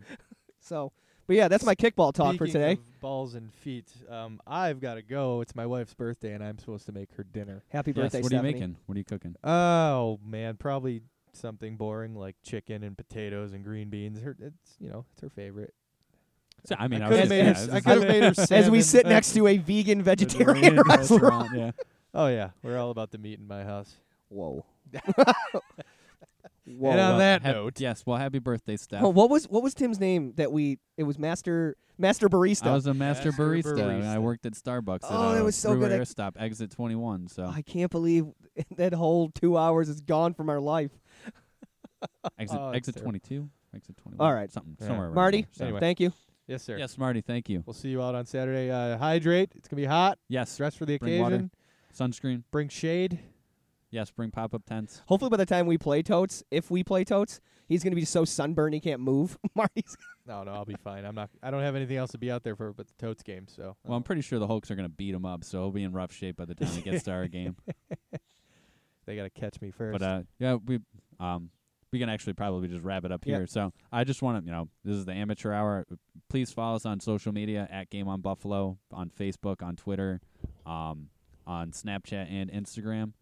S1: So, but yeah, that's my kickball talk for
S3: Speaking
S1: today.
S3: of balls and feet. Um, I've got to go. It's my wife's birthday, and I'm supposed to make her dinner.
S1: Happy
S2: Yes,
S1: birthday,
S2: what are
S1: Stephanie.
S2: you making? What are you cooking?
S3: Oh man, probably something boring like chicken and potatoes and green beans. Her, it's you know, it's her favorite.
S2: So, I mean, I,
S3: I
S2: was
S3: coulda
S2: just,
S3: made
S2: yeah,
S3: her
S2: this
S3: s-
S2: is
S3: I coulda
S2: a-
S3: made her
S1: As we
S3: salmon.
S1: sit next to a vegan vegetarian restaurant.
S2: Yeah.
S3: Oh yeah, we're all about the meat in my house.
S1: Whoa. Whoa.
S3: And on
S2: well,
S3: that
S2: hap-
S3: note-
S2: yes. Well, happy birthday, Steph.
S1: Oh, uh, what was what was Tim's name that we? It was Master Master Barista.
S2: I was a master,
S3: Master
S2: barista, and I
S3: barista.
S2: worked at Starbucks. at,
S1: Oh, that
S2: uh,
S1: was so
S2: Brewer
S1: good. I-
S2: Air Stop, exit 21. So
S1: I can't believe that whole two hours is gone from our life.
S2: exit
S3: Oh, it's
S2: exit
S3: terrible.
S2: 22, exit 21.
S1: All right.
S2: something
S3: Yeah.
S2: somewhere. around
S1: Marty?
S2: there, so.
S3: Anyway.
S1: Thank you.
S3: Yes, sir.
S2: Yes, Marty. Thank you.
S3: We'll see you out on Saturday. Uh, hydrate. It's gonna be hot.
S2: Yes.
S3: Dress for the
S2: Bring water.
S3: occasion.
S2: Sunscreen.
S3: Bring shade.
S2: Yes. Bring pop-up tents.
S1: Hopefully, by the time we play Totes, if we play Totes, he's going to be so sunburned he can't move. Marty's.
S3: No, no, I'll be fine. I'm not. I don't have anything else to be out there for but the Totes game. So
S2: Well, I'm pretty sure the Hulks are going to beat him up, so he'll be in rough shape by the time he gets to our game.
S3: they gotta catch me first.
S2: But uh, yeah, we um we can actually probably just wrap it up
S1: Yep.
S2: here. So I just want to, you know, this is the amateur hour. Please follow us on social media at Game on Buffalo on Facebook, on Twitter, um, on Snapchat and Instagram.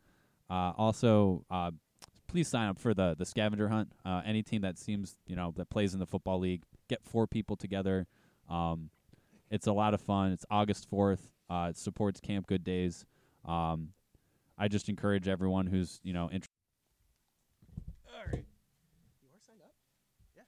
S2: Uh, also, uh, please sign up for the the scavenger hunt. Uh, any team that seems you know that plays in the football league, get four people together. Um, it's a lot of fun. It's August fourth. Uh, it supports Camp Good Days. Um, I just encourage everyone who's you know interested.